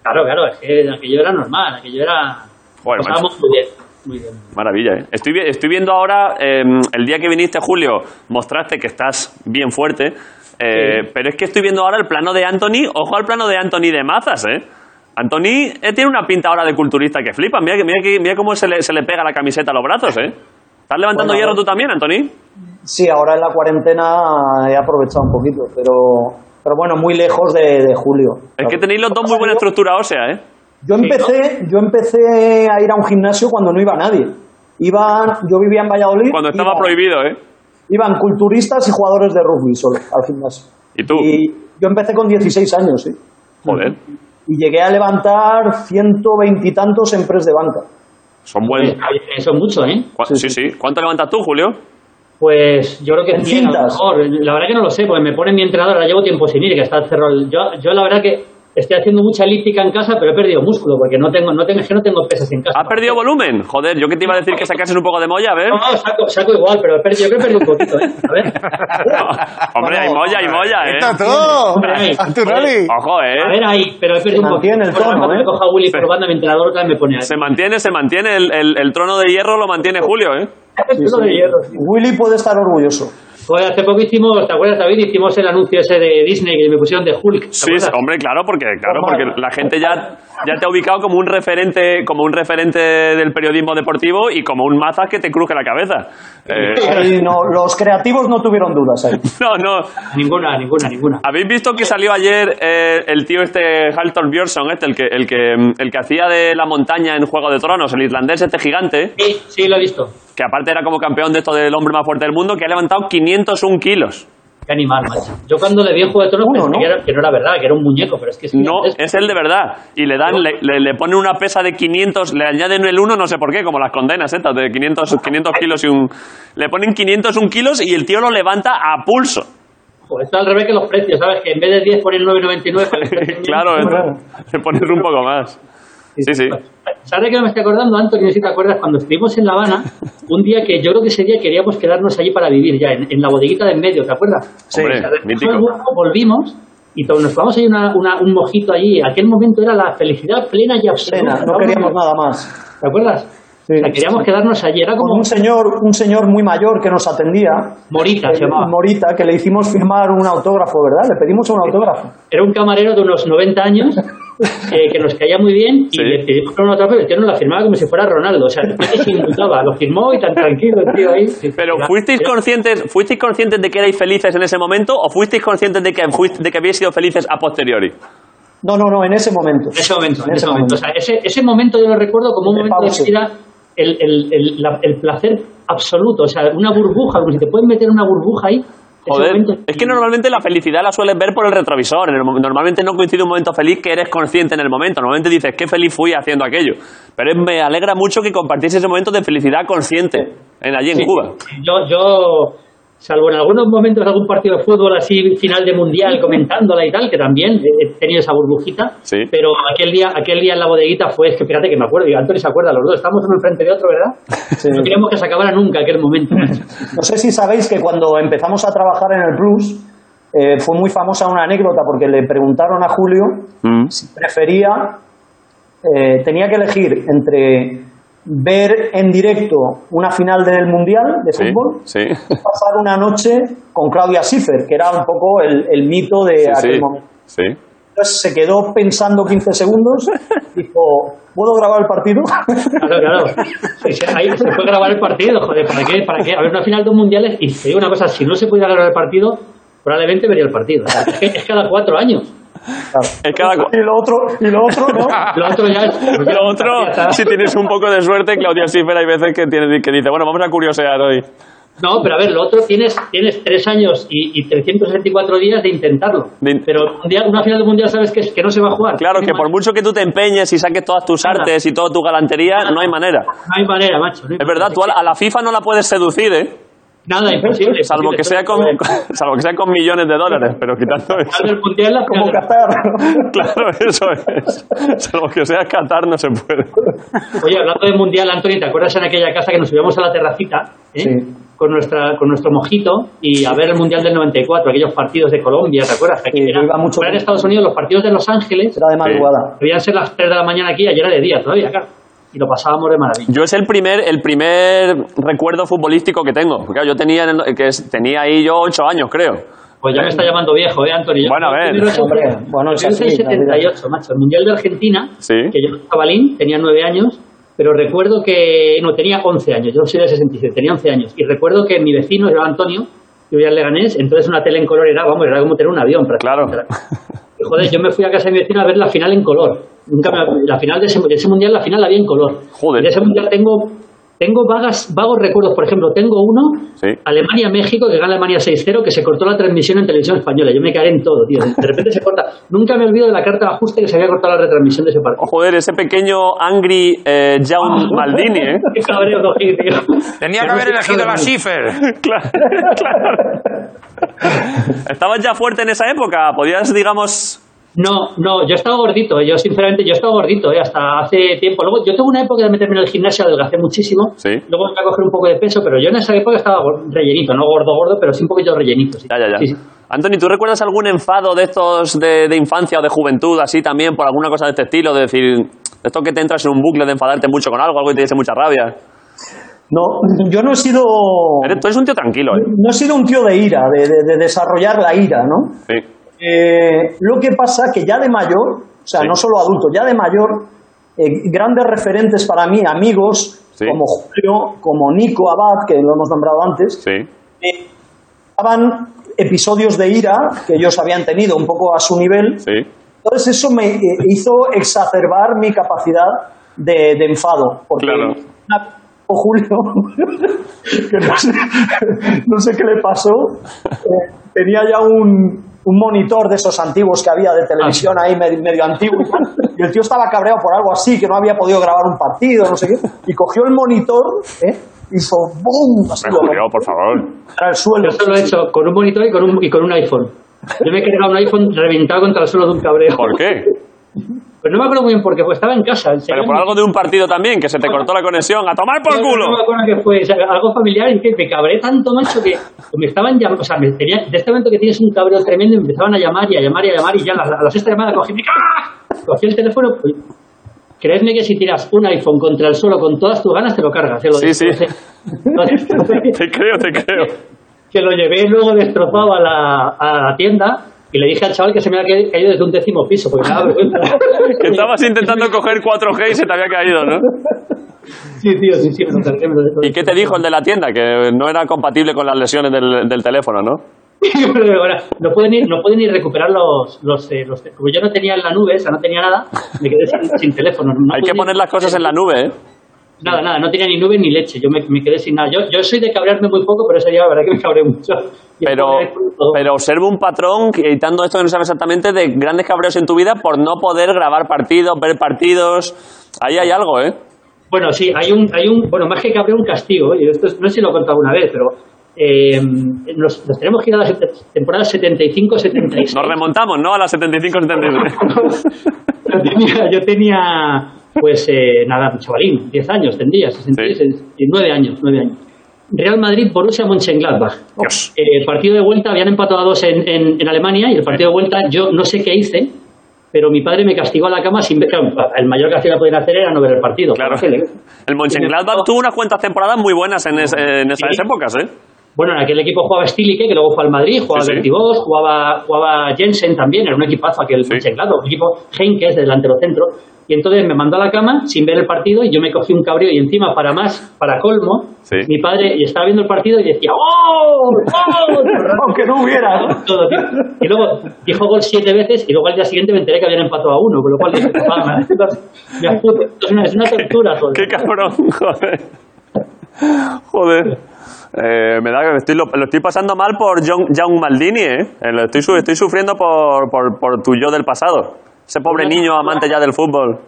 [SPEAKER 9] Claro, claro, es que aquello era normal, aquello era...
[SPEAKER 3] Joder,
[SPEAKER 9] Pasábamos muy bien, muy bien.
[SPEAKER 3] Maravilla, ¿eh? Estoy, vi- estoy viendo ahora, eh, el día que viniste, Julio, mostraste que estás bien fuerte, eh, pero es que estoy viendo ahora el plano de Anthony, ojo al plano de Anthony de Mazas, ¿eh? Antoni eh, tiene una pinta ahora de culturista que flipa. Mira, que- mira, que- mira cómo se le, se le pega la camiseta a los brazos, ¿eh? ¿Estás levantando
[SPEAKER 8] Bueno,
[SPEAKER 3] hierro tú también, Antoni?
[SPEAKER 8] Sí, ahora en la cuarentena he aprovechado un poquito, pero, pero bueno, muy lejos de, de julio.
[SPEAKER 3] Es que tenéis los dos muy buena estructura ósea, ¿eh?
[SPEAKER 8] Yo empecé, yo empecé a ir a un gimnasio cuando no iba nadie. Iban, yo vivía en Valladolid.
[SPEAKER 3] Cuando estaba
[SPEAKER 8] iban-
[SPEAKER 3] prohibido, ¿eh?
[SPEAKER 8] Iban culturistas y jugadores de rugby solo al gimnasio.
[SPEAKER 3] ¿Y tú?
[SPEAKER 8] Y yo empecé con 16 años, sí.
[SPEAKER 3] Joder,
[SPEAKER 8] Y llegué a levantar 120 y tantos en press de banca.
[SPEAKER 3] son buenos.
[SPEAKER 9] Eso es mucho, ¿eh?
[SPEAKER 3] Cu- Sí, sí. ¿Cuánto levantas tú, Julio?
[SPEAKER 9] Pues yo creo que
[SPEAKER 8] En
[SPEAKER 9] 100 a lo
[SPEAKER 8] cintas.
[SPEAKER 9] mejor. La verdad que no lo sé, porque me pone mi entrenador, ahora llevo tiempo sin ir, que está cerrado. el- Yo, yo la verdad que estoy haciendo mucha elíptica en casa, pero he perdido músculo, porque no tengo, no tengo, es que no tengo pesas en casa.
[SPEAKER 3] ¿Has perdido volumen? Joder, yo que te iba a decir que sacases un poco de molla, a ver.
[SPEAKER 9] No, no, saco, saco igual, pero he perdido, yo creo que he perdido un poquito, ¿eh? A ver.
[SPEAKER 3] Hombre, hay molla, hay molla, ¿eh?
[SPEAKER 4] ¡Está todo!
[SPEAKER 9] Hombre, ahí.
[SPEAKER 4] ¡A tu rally!
[SPEAKER 3] Ojo,
[SPEAKER 9] A
[SPEAKER 3] ¿eh?
[SPEAKER 9] ver ahí, pero he perdido un poquito.
[SPEAKER 8] mantiene el
[SPEAKER 9] Bueno,
[SPEAKER 8] tono,
[SPEAKER 9] cuando
[SPEAKER 8] ¿eh?
[SPEAKER 9] me coja Willy por banda, mi entrenador otra vez me pone ahí.
[SPEAKER 3] Se mantiene, se mantiene. El, el- el trono de hierro lo mantiene Julio, ¿eh?
[SPEAKER 9] Es todo de hierro, sí.
[SPEAKER 8] Willy puede estar orgulloso.
[SPEAKER 9] Joder, hace poco hicimos, ¿te acuerdas, David? Hicimos el anuncio ese de Disney que me pusieron de Hulk. ¿te
[SPEAKER 3] Sí,
[SPEAKER 9] acuerdas?
[SPEAKER 3] sí, hombre, claro, porque claro, porque la gente ya, ya te ha ubicado como un referente, como un referente del periodismo deportivo y como un mazas que te cruje la cabeza. Eh,
[SPEAKER 8] Y no, los creativos no tuvieron dudas ahí.
[SPEAKER 3] no, no.
[SPEAKER 9] Ninguna, ninguna, ninguna.
[SPEAKER 3] ¿Habéis visto que salió ayer eh, el tío este Halton Björnsson, este, el que, el que, el que hacía de la montaña en Juego de Tronos, el islandés este gigante,
[SPEAKER 9] Sí, sí, lo he visto.
[SPEAKER 3] que aparte era como campeón de esto del hombre más fuerte del mundo, que ha levantado 501 kilos?
[SPEAKER 9] Qué animal, macho. Yo cuando le vi en Juego de Tronos
[SPEAKER 8] Uno,
[SPEAKER 9] pensé
[SPEAKER 8] ¿no?
[SPEAKER 9] que, era, que no era verdad, que era un muñeco, pero es que es
[SPEAKER 3] No,
[SPEAKER 9] gigantesco.
[SPEAKER 3] es el de verdad. Y le dan, le, le- le ponen una pesa de 500, le añaden el 1, no sé por qué, como las condenas estas de 500, 500 kilos y un... Le ponen 501 kilos y el tío lo levanta a pulso.
[SPEAKER 9] Joder, está al revés que los precios, ¿sabes? Que en vez de 10 ponen 9,99. para que esté bien.
[SPEAKER 3] claro, le pones un poco más. Sí, sí.
[SPEAKER 9] ¿Sabes de qué me estoy acordando, Antonio? No sé Si te acuerdas, cuando estuvimos en La Habana, un día que yo creo que ese día queríamos quedarnos allí para vivir ya, en, en la bodeguita de en medio, ¿te acuerdas?
[SPEAKER 3] Hombre,
[SPEAKER 9] O sea, después
[SPEAKER 3] mítico.
[SPEAKER 9] del grupo volvimos y to- nos tomamos ahí una- una- un mojito allí. Aquel momento era la felicidad plena y absoluta.
[SPEAKER 8] Pena, no queríamos nada más.
[SPEAKER 9] ¿Te acuerdas?
[SPEAKER 8] Sí.
[SPEAKER 9] O sea, queríamos quedarnos allí. Era
[SPEAKER 8] Con
[SPEAKER 9] como
[SPEAKER 8] un señor, un señor muy mayor que nos atendía, eh,
[SPEAKER 9] Morita, se llamaba.
[SPEAKER 8] Morita, que le hicimos firmar un autógrafo, ¿verdad? Le pedimos un autógrafo.
[SPEAKER 9] Era un camarero de unos 90 años eh, que nos caía muy bien y
[SPEAKER 3] Sí.
[SPEAKER 9] le pedimos una otra vez, el tío nos la firmaba como si fuera Ronaldo. O sea, no se inmutaba, lo firmó y tan tranquilo el tío ahí.
[SPEAKER 3] Pero
[SPEAKER 9] Era-
[SPEAKER 3] ¿fuisteis
[SPEAKER 9] era-
[SPEAKER 3] conscientes, ¿fuisteis conscientes de que erais felices en ese momento o fuisteis conscientes de que, fuis- de que habéis sido felices a posteriori?
[SPEAKER 8] No, no, no, en ese momento.
[SPEAKER 9] En ese momento, en ese momento. O sea, ese, ese momento yo lo recuerdo como un
[SPEAKER 8] El
[SPEAKER 9] momento de
[SPEAKER 8] pausa.
[SPEAKER 9] vida, el, el, el, la- el placer absoluto. O sea, una burbuja, como si te pueden meter una burbuja ahí. ese
[SPEAKER 3] Joder,
[SPEAKER 9] momento-
[SPEAKER 3] es que normalmente la felicidad la sueles ver por el retrovisor. En el mo- normalmente no coincide un momento feliz que eres consciente en el momento. Normalmente dices, qué feliz fui haciendo aquello. Pero es- me alegra mucho que compartís ese momento de felicidad consciente en, allí en
[SPEAKER 9] Sí.
[SPEAKER 3] Cuba.
[SPEAKER 9] Yo, yo, salvo en algunos momentos algún partido de fútbol así, final de mundial, comentándola y tal, que también he tenido esa burbujita,
[SPEAKER 3] Sí.
[SPEAKER 9] pero aquel día, aquel día en la bodeguita fue, es que fíjate que me acuerdo, y Antonio se acuerda, los dos estamos uno enfrente de otro, ¿verdad? No queríamos que se acabara nunca aquel momento. macho.
[SPEAKER 8] No sé si sabéis que cuando empezamos a trabajar en el Plus, eh, fue muy famosa una anécdota porque le preguntaron a Julio
[SPEAKER 3] Mm.
[SPEAKER 8] si prefería, eh, tenía que elegir entre ver en directo una final del Mundial de fútbol
[SPEAKER 3] sí.
[SPEAKER 8] y pasar una noche con Claudia Schiffer, que era un poco el, el mito de aquel momento.
[SPEAKER 3] sí.
[SPEAKER 8] Entonces se quedó pensando 15 segundos, dijo, ¿puedo grabar el partido?
[SPEAKER 9] Claro, claro. Sí, sí, ahí se puede grabar el partido, joder, ¿para qué? ¿Para qué? A ver, una final de un mundiales, y te digo una cosa, si no se pudiera grabar el partido, probablemente vería el partido. O sea, es, que- es cada cuatro años.
[SPEAKER 3] Es cada cu-
[SPEAKER 8] Y lo otro, y lo otro, ¿no?
[SPEAKER 9] Lo otro ya es...
[SPEAKER 3] Lo otro, si tienes un poco de suerte, Claudia Schiffer, hay veces que, tiene, que dice, bueno, vamos a curiosear hoy.
[SPEAKER 9] No, pero a ver, lo otro tienes, tienes tres años y, y 364 días de intentarlo.
[SPEAKER 3] De-
[SPEAKER 9] Pero un día- una final de mundial sabes que, es- que no se va a jugar.
[SPEAKER 3] Claro
[SPEAKER 9] No
[SPEAKER 3] que
[SPEAKER 9] hay
[SPEAKER 3] por
[SPEAKER 9] manera.
[SPEAKER 3] mucho que tú te empeñes y saques todas tus artes y toda tu galantería, no hay manera.
[SPEAKER 9] No hay manera, macho. no hay
[SPEAKER 3] Es verdad,
[SPEAKER 9] manera.
[SPEAKER 3] tú a la- a la FIFA no la puedes seducir, ¿eh?
[SPEAKER 9] Nada, imposible.
[SPEAKER 3] Salvo que, sea con, salvo que sea con millones de dólares, pero quitando eso.
[SPEAKER 9] Final del mundial, la
[SPEAKER 8] Como
[SPEAKER 9] final
[SPEAKER 8] Qatar.
[SPEAKER 9] del-
[SPEAKER 3] Claro, eso es. Salvo que sea Qatar, no se puede.
[SPEAKER 9] Oye, hablando de mundial, Antonio, ¿te acuerdas en aquella casa que nos subíamos a la terracita? eh?
[SPEAKER 8] Sí.
[SPEAKER 9] Con, nuestra, con nuestro mojito y a ver el mundial del 94, aquellos partidos de Colombia, ¿te acuerdas? Que
[SPEAKER 8] Sí, yo
[SPEAKER 9] era-
[SPEAKER 8] iba mucho
[SPEAKER 9] fuera en
[SPEAKER 8] con-
[SPEAKER 9] Estados Unidos, los partidos de Los Ángeles.
[SPEAKER 8] Era de madrugada.
[SPEAKER 9] Debían ser las 3 de la mañana aquí, ayer era de día todavía, claro. Y lo pasábamos de maravilla.
[SPEAKER 3] Yo es el primer, el primer recuerdo futbolístico que tengo. Porque claro, yo tenía, en el- que es- tenía ahí yo ocho años, creo.
[SPEAKER 9] Pues ya me está llamando viejo, ¿eh, Antonio? Yo
[SPEAKER 3] Bueno, a ver.
[SPEAKER 9] Yo soy
[SPEAKER 8] Hombre, bueno, es así, la vida.
[SPEAKER 9] 78, macho. El Mundial de Argentina,
[SPEAKER 3] Sí.
[SPEAKER 9] que yo era jabalín, tenía 9 años, pero recuerdo que... No, tenía 11 años. Yo soy de 67, tenía 11 años. Y recuerdo que mi vecino, yo Antonio, yo vivía en Leganés, entonces una tele en color era, vamos, era como tener un avión. prácticamente.
[SPEAKER 3] Claro.
[SPEAKER 9] Y, Joder, yo me fui a casa de mi vecino a ver la final en color. Nunca me- la final de ese, de ese mundial, la final la vi en color.
[SPEAKER 3] Joder.
[SPEAKER 9] De ese mundial tengo, tengo vagas, vagos recuerdos. Por ejemplo, tengo uno,
[SPEAKER 3] Sí.
[SPEAKER 9] Alemania-México, que gana Alemania 6-0, que se cortó la transmisión en televisión española. Yo me cagué en todo, tío. De repente se corta. Nunca me olvido de la carta de ajuste que se había cortado la retransmisión de ese partido.
[SPEAKER 3] Oh, Joder, ese pequeño Angry eh,
[SPEAKER 9] Ah.
[SPEAKER 3] Jaun Maldini, ¿eh?
[SPEAKER 9] Qué cabreo cogí, tío.
[SPEAKER 7] Tenía
[SPEAKER 9] Yo
[SPEAKER 7] que
[SPEAKER 9] no
[SPEAKER 7] haber
[SPEAKER 9] sé
[SPEAKER 7] elegido
[SPEAKER 9] nada
[SPEAKER 7] la
[SPEAKER 9] más.
[SPEAKER 7] Schiffer.
[SPEAKER 3] Claro, claro. ¿Estabas ya fuerte en esa época? ¿Podías, digamos...
[SPEAKER 9] No, no, yo estaba gordito, eh, yo sinceramente, yo estaba gordito, eh, hasta hace tiempo. Luego, yo tuve una época de meterme en el gimnasio, adelgacé muchísimo.
[SPEAKER 3] Sí.
[SPEAKER 9] Luego me a coger un poco de peso, pero yo en esa época estaba gor- rellenito, no gordo, gordo, pero sí un poquito rellenito. sí.
[SPEAKER 3] Ya, ya, ya.
[SPEAKER 9] Sí, sí.
[SPEAKER 3] Anthony, ¿tú recuerdas algún enfado de estos de, de infancia o de juventud, así también, por alguna cosa de este estilo? De decir, esto que te entras en un bucle de enfadarte mucho con algo, algo que te diese mucha rabia.
[SPEAKER 8] No, yo no he sido.
[SPEAKER 3] Eres, tú eres un tío tranquilo, ¿eh?
[SPEAKER 8] No he sido un tío de ira, de, de- de desarrollar la ira, ¿no?
[SPEAKER 3] Sí.
[SPEAKER 8] Eh, lo que pasa que ya de mayor, o sea,
[SPEAKER 3] Sí.
[SPEAKER 8] no solo adulto, ya de mayor, eh, grandes referentes para mí, amigos,
[SPEAKER 3] Sí.
[SPEAKER 8] como Julio, como Nico Abad, que lo hemos nombrado antes,
[SPEAKER 3] Sí.
[SPEAKER 8] eh, daban episodios de ira que ellos habían tenido un poco a su nivel.
[SPEAKER 3] Sí.
[SPEAKER 8] Entonces eso me eh, hizo exacerbar mi capacidad de, de enfado. Porque
[SPEAKER 3] Claro.
[SPEAKER 8] una- o Julio, que no sé, no sé qué le pasó, eh, tenía ya un, un monitor de esos antiguos que había de televisión
[SPEAKER 3] Ah,
[SPEAKER 8] ahí med- medio, antiguo. y tal, Y el tío estaba cabreado por algo así, que no había podido grabar un partido, no sé qué. Y cogió el monitor, ¿eh? hizo ¡boom! Así
[SPEAKER 3] Me
[SPEAKER 8] lo
[SPEAKER 3] Julio, por favor.
[SPEAKER 8] contra el suelo.
[SPEAKER 9] Yo solo he hecho con un monitor y con un, y con un iPhone. Yo me he cargado un iPhone reventado contra el suelo de un cabreo.
[SPEAKER 3] ¿Por qué?
[SPEAKER 9] Pues no me acuerdo muy bien por qué, pues estaba en casa.
[SPEAKER 3] Pero por algo de un partido también, que se te cortó la conexión. ¡A tomar por
[SPEAKER 9] No me
[SPEAKER 3] culo!
[SPEAKER 9] acuerdo que fue o sea, algo familiar y que me cabré tanto, macho, que me estaban llamando. O sea, me tenía, de este momento que tienes un cabreo tremendo, me empezaban a llamar y a llamar y a llamar. Y ya a la, a la sexta llamada cogí, me ¡ah! cogí el teléfono. pues, creedme que si tiras un iPhone contra el suelo con todas tus ganas, te lo cargas. te lo
[SPEAKER 3] Sí,
[SPEAKER 9] digo.
[SPEAKER 3] sí.
[SPEAKER 9] Entonces, entonces,
[SPEAKER 3] Te creo, te creo.
[SPEAKER 9] que lo llevé luego destrozado a la, a la tienda. Y le dije al chaval que se me había caído desde un décimo piso, porque me daba vergüenza.
[SPEAKER 3] Que estabas intentando coger 4G y se te había caído, ¿no?
[SPEAKER 9] Sí, tío, sí, sí, me lo cargué, me lo
[SPEAKER 3] ¿Y qué te dijo el de la tienda? Que no era compatible con las lesiones del, del teléfono, ¿no?
[SPEAKER 9] Ahora, no pueden ir, no pueden ni recuperar los, los, eh, los- como yo no tenía en la nube, o sea, no tenía nada, me quedé sin, sin teléfono. No
[SPEAKER 3] Hay que
[SPEAKER 9] pude-
[SPEAKER 3] poner las cosas en la nube, ¿eh?
[SPEAKER 9] Nada, nada, no tenía ni nube ni leche, yo me, me quedé sin nada. Yo, yo soy de cabrearme muy poco, pero ese día la verdad que me cabré mucho. Y
[SPEAKER 3] Pero,
[SPEAKER 9] después me descubrí todo.
[SPEAKER 3] pero observo un patrón, que- editando esto que no sabes exactamente, de grandes cabreos en tu vida por no poder grabar partidos, ver partidos. Ahí hay algo, ¿eh?
[SPEAKER 9] Bueno, sí, hay un, hay un, bueno, más que cabreo, un castigo, ¿eh? y esto es- no sé si lo he contado alguna vez, pero eh, nos, nos tenemos que ir a la set- temporada 75-76.
[SPEAKER 3] Nos remontamos, ¿no? A las 75-79.
[SPEAKER 9] yo, tenía, yo tenía, pues eh, nada, chavalín, 10 años tendría, 66,
[SPEAKER 3] Sí.
[SPEAKER 9] 9 años, 9 años. Real Madrid, Borussia Mönchengladbach.
[SPEAKER 7] Dios.
[SPEAKER 9] Eh, el partido de vuelta habían empatado a dos en, en- en Alemania y el partido de vuelta yo no sé qué hice, pero mi padre me castigó a la cama sin ver. claro, el mayor castigo que podían hacer era no ver el partido. ¿eh?
[SPEAKER 3] Claro.
[SPEAKER 9] por la tele.
[SPEAKER 3] El Mönchengladbach tuvo unas cuantas temporadas muy buenas en, es- en esas
[SPEAKER 9] Sí.
[SPEAKER 3] épocas, ¿eh?
[SPEAKER 9] Bueno, en aquel equipo jugaba Stilike, que luego fue al Madrid, jugaba
[SPEAKER 3] Sí, sí.
[SPEAKER 9] Bertibós, jugaba, jugaba Jensen también, era un equipazo aquel Mönchengladbach, un equipo Henkes de delantero centro. Y entonces me mandó a la cama sin ver el partido y yo me cogí un cabreo y encima, para más, para colmo,
[SPEAKER 3] Sí.
[SPEAKER 9] mi padre y estaba viendo el partido y decía ¡Oh! ¡Oh!
[SPEAKER 8] Aunque no hubiera, ¿no?
[SPEAKER 9] Todo, tío. Y luego dijo gol siete veces y luego al día siguiente me enteré que habían empatado a uno, con lo cual dije, "Papá, madre, me apunto". Esto es una, es una tortura. joder.
[SPEAKER 3] Qué cabrón, joder. Joder. Eh, me da, estoy, lo, lo estoy pasando mal por John, John Maldini, ¿eh? Eh, lo estoy, su- estoy sufriendo por, por, por tu yo del pasado. Ese pobre niño amante ya del fútbol.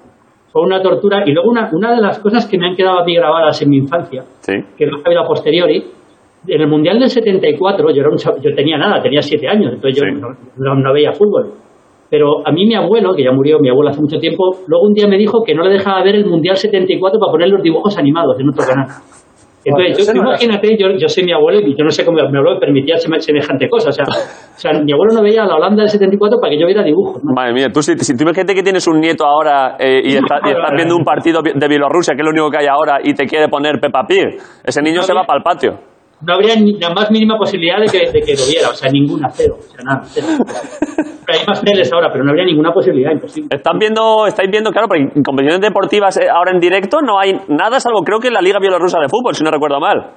[SPEAKER 9] Fue una tortura. Y luego una, una de las cosas que me han quedado a mí grabadas en mi infancia,
[SPEAKER 3] Sí.
[SPEAKER 9] que lo he sabido a posteriori, en el Mundial del 74, yo, era un chavo- yo tenía nada, tenía siete años, entonces yo
[SPEAKER 3] Sí.
[SPEAKER 9] no, no- no veía fútbol. Pero a mí mi abuelo, que ya murió mi abuelo hace mucho tiempo, luego un día me dijo que no le dejaba ver el Mundial 74 para poner los dibujos animados en otro canal.
[SPEAKER 8] Vale,
[SPEAKER 9] Entonces,
[SPEAKER 8] ese
[SPEAKER 9] yo,
[SPEAKER 8] no era
[SPEAKER 9] imagínate, yo, yo soy mi abuelo y yo no sé cómo mi abuelo me permitía seme- semejante cosa. O sea, o sea, mi abuelo no veía a la Holanda del 74 para que yo viera dibujos. ¿no?
[SPEAKER 3] Madre mía, tú si, si tú imagínate que tienes un nieto ahora eh, y, está- y estás viendo un partido de Bielorrusia, que es lo único que hay ahora, y te quiere poner Peppa Pig, ese niño se va para el patio.
[SPEAKER 9] no habría ni la más mínima posibilidad de que, de que lo viera, o sea, ninguna, cero, o sea, nada, cero. Pero hay más teles ahora, pero no habría ninguna posibilidad, imposible.
[SPEAKER 3] ¿Están viendo, estáis viendo, claro, porque en competiciones deportivas eh, ahora en directo no hay nada, salvo creo que en la Liga Bielorrusa de Fútbol, si no recuerdo mal.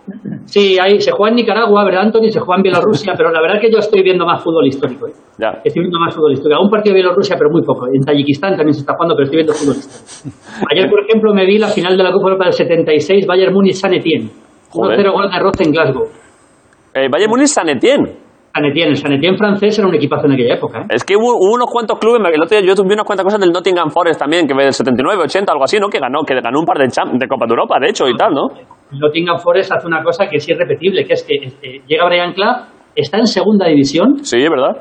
[SPEAKER 9] Sí, hay, se juega en Nicaragua, ¿verdad, Anthony? Se juega en Bielorrusia, pero la verdad es que yo estoy viendo más fútbol histórico. ¿eh?
[SPEAKER 3] Ya.
[SPEAKER 9] Estoy viendo más fútbol histórico. Un partido de Bielorrusia, pero muy poco. En Tayikistán también se está jugando, pero estoy viendo fútbol histórico. Ayer, por ejemplo, me vi la final de la Copa Europa del 76, Bayern Múnich San Etienne.
[SPEAKER 3] Joder.
[SPEAKER 9] 1-0 gol de Roth en Glasgow.
[SPEAKER 3] Eh, Bayern Múnich San Etienne.
[SPEAKER 9] San Etienne, el San Etienne francés era un equipazo en aquella época. ¿eh?
[SPEAKER 3] Es que hubo, hubo unos cuantos clubes, el otro día yo tuve unas cuantas cosas del Nottingham Forest también, que del 79, 80, algo así, ¿no? Que ganó, que ganó un par de, champ- de Copa de Europa, de hecho, y tal, ¿no?
[SPEAKER 9] Nottingham Forest hace una cosa que es irrepetible, que es que este, llega Brian Clough, está en segunda división,
[SPEAKER 3] Sí, es verdad.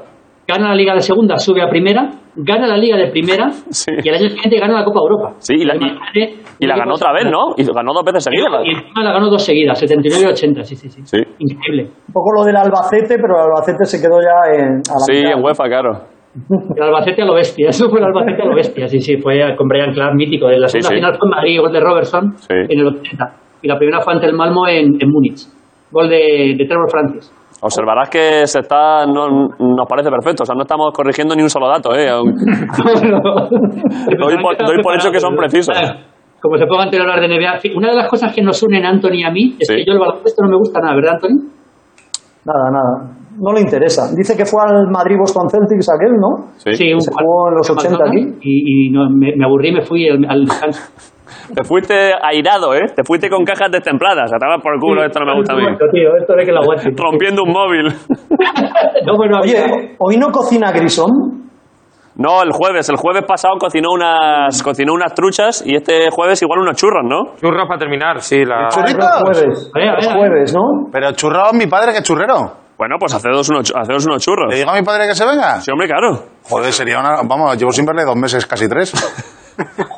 [SPEAKER 9] gana la liga de segunda, sube a primera, gana la liga de primera
[SPEAKER 3] Sí.
[SPEAKER 9] y el año siguiente gana la Copa Europa.
[SPEAKER 3] Sí, y la- y-
[SPEAKER 9] Imagínate,
[SPEAKER 3] Y la
[SPEAKER 9] un
[SPEAKER 3] ganó
[SPEAKER 9] equipo-
[SPEAKER 3] otra vez, ¿no? Y ganó dos veces seguidas.
[SPEAKER 9] pues, eh, Y encima la ganó dos seguidas, 79 y 80, sí, sí, sí.
[SPEAKER 3] Sí.
[SPEAKER 9] Increíble.
[SPEAKER 8] Un poco lo del Albacete, pero el Albacete se quedó ya en, a la
[SPEAKER 3] Sí,
[SPEAKER 8] mitad.
[SPEAKER 3] en UEFA, claro.
[SPEAKER 9] El Albacete a lo bestia, eso fue el Albacete a lo bestia, sí, sí, fue con Brian Clark mítico. En la
[SPEAKER 3] Sí,
[SPEAKER 9] segunda
[SPEAKER 3] sí.
[SPEAKER 9] final fue en Madrid, gol de Robertson
[SPEAKER 3] Sí.
[SPEAKER 9] en el 80. Y la primera fue ante el Malmo en, en Múnich, gol de, de Trevor Francis.
[SPEAKER 3] Observarás que se está, no- nos parece perfecto, o sea, no estamos corrigiendo ni un solo dato, ¿eh? Aun-
[SPEAKER 9] doy,
[SPEAKER 3] por- doy por hecho que son precisos.
[SPEAKER 9] Como se pongan a hablar de NBA. Sí, Una de las cosas que nos unen a Anthony y a mí es
[SPEAKER 3] Sí.
[SPEAKER 9] que yo el baloncesto no me gusta nada, ¿verdad, Anthony?
[SPEAKER 8] Nada, nada. No le interesa. Dice que fue al Madrid Boston Celtics aquel, ¿no?
[SPEAKER 3] Sí.
[SPEAKER 8] Se jugó en los 80 aquí.
[SPEAKER 9] Y, y no, me, me aburrí, me fui al, al descanso.
[SPEAKER 3] Te fuiste airado, ¿eh? Te fuiste con cajas destempladas, atabas por culo, esto no me gusta a mí.
[SPEAKER 9] Bueno, tío, esto de que lo aguante.
[SPEAKER 3] Rompiendo un móvil.
[SPEAKER 9] No, bueno, había-
[SPEAKER 8] Oye, hoy no cocina Grisón.
[SPEAKER 3] No, el jueves, el jueves pasado cocinó unas, cocinó unas truchas y este jueves igual unos churros, ¿no?
[SPEAKER 7] Churros para terminar, sí. La...
[SPEAKER 8] Ah, es Los jueves.
[SPEAKER 9] A ver, a ver,
[SPEAKER 8] Los
[SPEAKER 9] a ver.
[SPEAKER 8] jueves, ¿no?
[SPEAKER 4] Pero churrao es mi padre que es churrero.
[SPEAKER 3] Bueno, pues hacedos unos, chu- hacedos unos churros.
[SPEAKER 4] ¿Le digo a mi padre que se venga?
[SPEAKER 3] Sí, hombre, claro.
[SPEAKER 4] Joder, sería una... Vamos, llevo sin verle dos meses, casi tres.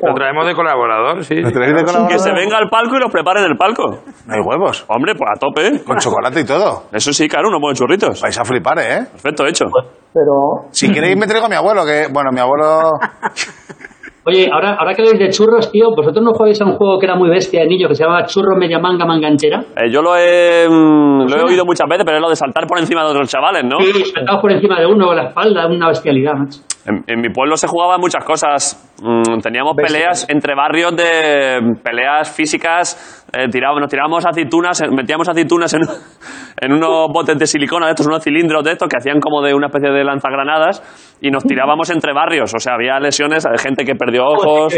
[SPEAKER 7] Lo traemos de colaborador, sí.
[SPEAKER 4] ¿Me tenéis de
[SPEAKER 3] Que
[SPEAKER 4] colaborador?
[SPEAKER 3] se venga al palco y los prepare en el palco.
[SPEAKER 4] No hay huevos.
[SPEAKER 3] Hombre, pues a tope, ¿eh?
[SPEAKER 4] Con chocolate y todo.
[SPEAKER 3] Eso sí, claro, unos buenos churritos.
[SPEAKER 4] Vais a flipar, ¿eh?
[SPEAKER 3] Perfecto, hecho.
[SPEAKER 8] Pero
[SPEAKER 4] Si queréis me traigo a mi abuelo, que... Bueno, mi abuelo...
[SPEAKER 9] Oye, ahora, ahora que habéis de churros, tío, ¿vosotros no jugáis a un juego que era muy bestia de niño que se llamaba Churro Media Manga Manganchera?
[SPEAKER 3] Eh, yo lo he, mm, lo he oído muchas veces, pero es lo de saltar por encima de otros chavales, ¿no?
[SPEAKER 9] Sí, saltabas por encima de uno con la espalda, una bestialidad, macho.
[SPEAKER 3] En, en mi pueblo se jugaban muchas cosas. Mm, teníamos peleas entre barrios de peleas físicas. eh, tirábamos, nos tirábamos aceitunas, eh, metíamos aceitunas en, en unos botes de silicona de estos, unos cilindros de estos que hacían como de una especie de lanzagranadas y nos tirábamos entre barrios. O sea, había lesiones, eh, gente que perdió ojos.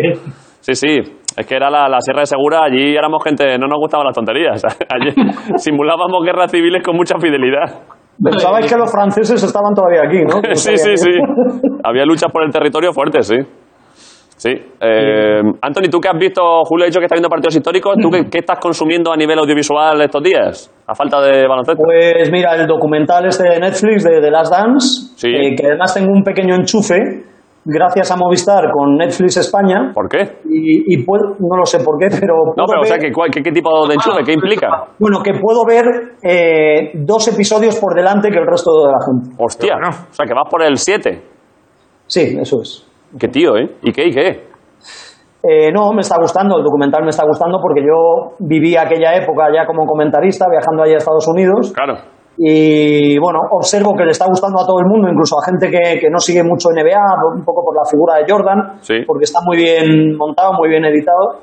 [SPEAKER 3] Sí, sí. Es que era la, la Sierra de Segura, allí éramos gente, no nos gustaban las tonterías. Allí simulábamos guerras civiles con mucha fidelidad.
[SPEAKER 8] pensabais que los franceses estaban todavía aquí, ¿no? Que no
[SPEAKER 3] sí, sí,
[SPEAKER 8] sabía
[SPEAKER 3] sí.
[SPEAKER 8] que-
[SPEAKER 3] Había luchas por el territorio fuertes, sí. Sí. Eh, Anthony, tú que has visto, Julio ha dicho que está viendo partidos históricos, ¿tú qué, qué estás consumiendo a nivel audiovisual estos días? A falta de baloncesto.
[SPEAKER 8] Pues mira, el documental este de Netflix de The Last Dance,
[SPEAKER 3] Sí.
[SPEAKER 8] eh, que además tengo un pequeño enchufe, gracias a Movistar con Netflix España.
[SPEAKER 3] ¿Por qué?
[SPEAKER 8] Y, y puedo- no lo sé por qué, pero.
[SPEAKER 3] No,
[SPEAKER 8] puedo
[SPEAKER 3] pero o sea,
[SPEAKER 8] ver-
[SPEAKER 3] ¿qué, cuál- qué, qué tipo de enchufe? ¿Qué implica?
[SPEAKER 8] Bueno, que puedo ver eh, dos episodios por delante que el resto de la gente.
[SPEAKER 3] Hostia.
[SPEAKER 7] Pero bueno.
[SPEAKER 3] O sea, que vas por el 7.
[SPEAKER 8] Sí, eso es.
[SPEAKER 3] Qué tío, ¿eh? ¿Y qué? ¿Y qué?
[SPEAKER 8] Eh, no, me está gustando, el documental me está gustando porque yo viví aquella época ya como comentarista, viajando allá a Estados Unidos.
[SPEAKER 3] Claro.
[SPEAKER 8] Y bueno, observo que le está gustando a todo el mundo, incluso a gente que, que no sigue mucho NBA, por- un poco por la figura de Jordan,
[SPEAKER 3] Sí.
[SPEAKER 8] porque está muy bien montado, muy bien editado.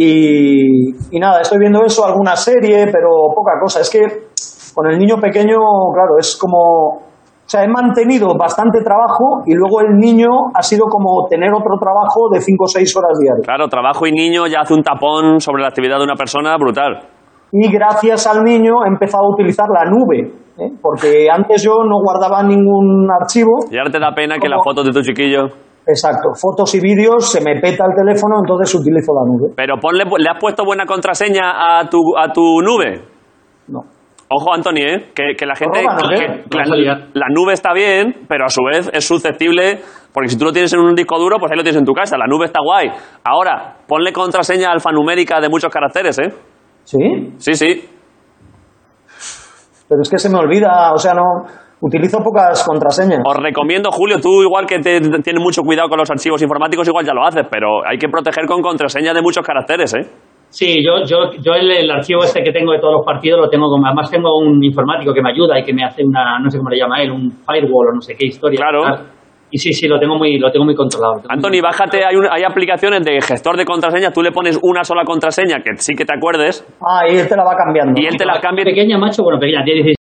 [SPEAKER 8] Y, y nada, estoy viendo eso, alguna serie, pero poca cosa. Es que con el niño pequeño, claro, es como. O sea, he mantenido bastante trabajo y luego el niño ha sido como tener otro trabajo de 5 o 6 horas diarias.
[SPEAKER 3] Claro, trabajo y niño ya hace un tapón sobre la actividad de una persona brutal.
[SPEAKER 8] y gracias al niño he empezado a utilizar la nube, ¿eh? porque antes yo no guardaba ningún archivo.
[SPEAKER 3] Y ahora te da pena que
[SPEAKER 8] ¿Cómo?
[SPEAKER 3] las fotos de tu chiquillo...
[SPEAKER 8] Exacto, fotos y vídeos, se me peta el teléfono, entonces utilizo la nube.
[SPEAKER 3] Pero ponle, le has puesto buena contraseña a tu, a tu nube.
[SPEAKER 8] No.
[SPEAKER 3] Ojo, Anthony, ¿eh? que, que la gente.
[SPEAKER 8] roban, ¿o
[SPEAKER 3] que-
[SPEAKER 8] qué?
[SPEAKER 3] que la,
[SPEAKER 9] Vamos a liar.
[SPEAKER 3] la nube está bien, pero a su vez es susceptible. Porque si tú lo tienes en un disco duro, pues ahí lo tienes en tu casa. La nube está guay. Ahora, ponle contraseña alfanumérica de muchos caracteres, ¿eh?
[SPEAKER 8] Sí,
[SPEAKER 3] Sí, sí.
[SPEAKER 8] pero es que se me olvida, o sea, no utilizo pocas contraseñas.
[SPEAKER 3] Os recomiendo, Julio, tú igual que te- tienes mucho cuidado con los archivos informáticos, igual ya lo haces, pero hay que proteger con contraseña de muchos caracteres, ¿eh?
[SPEAKER 9] Sí, yo, yo, yo el, el archivo este que tengo de todos los partidos lo tengo con, además tengo un informático que me ayuda y que me hace una, no sé cómo le llama él, un firewall o no sé qué historia. Ah,
[SPEAKER 3] Claro.
[SPEAKER 9] Y sí, sí, lo tengo muy, lo tengo muy controlado.
[SPEAKER 3] Anthony, bájate, hay, un- hay aplicaciones de gestor de contraseñas, tú le pones una sola contraseña que sí que te acuerdes
[SPEAKER 8] Ah, y él te la va cambiando.
[SPEAKER 3] y él te la cambia.
[SPEAKER 9] Pequeña, macho, bueno, pequeña, tiene 16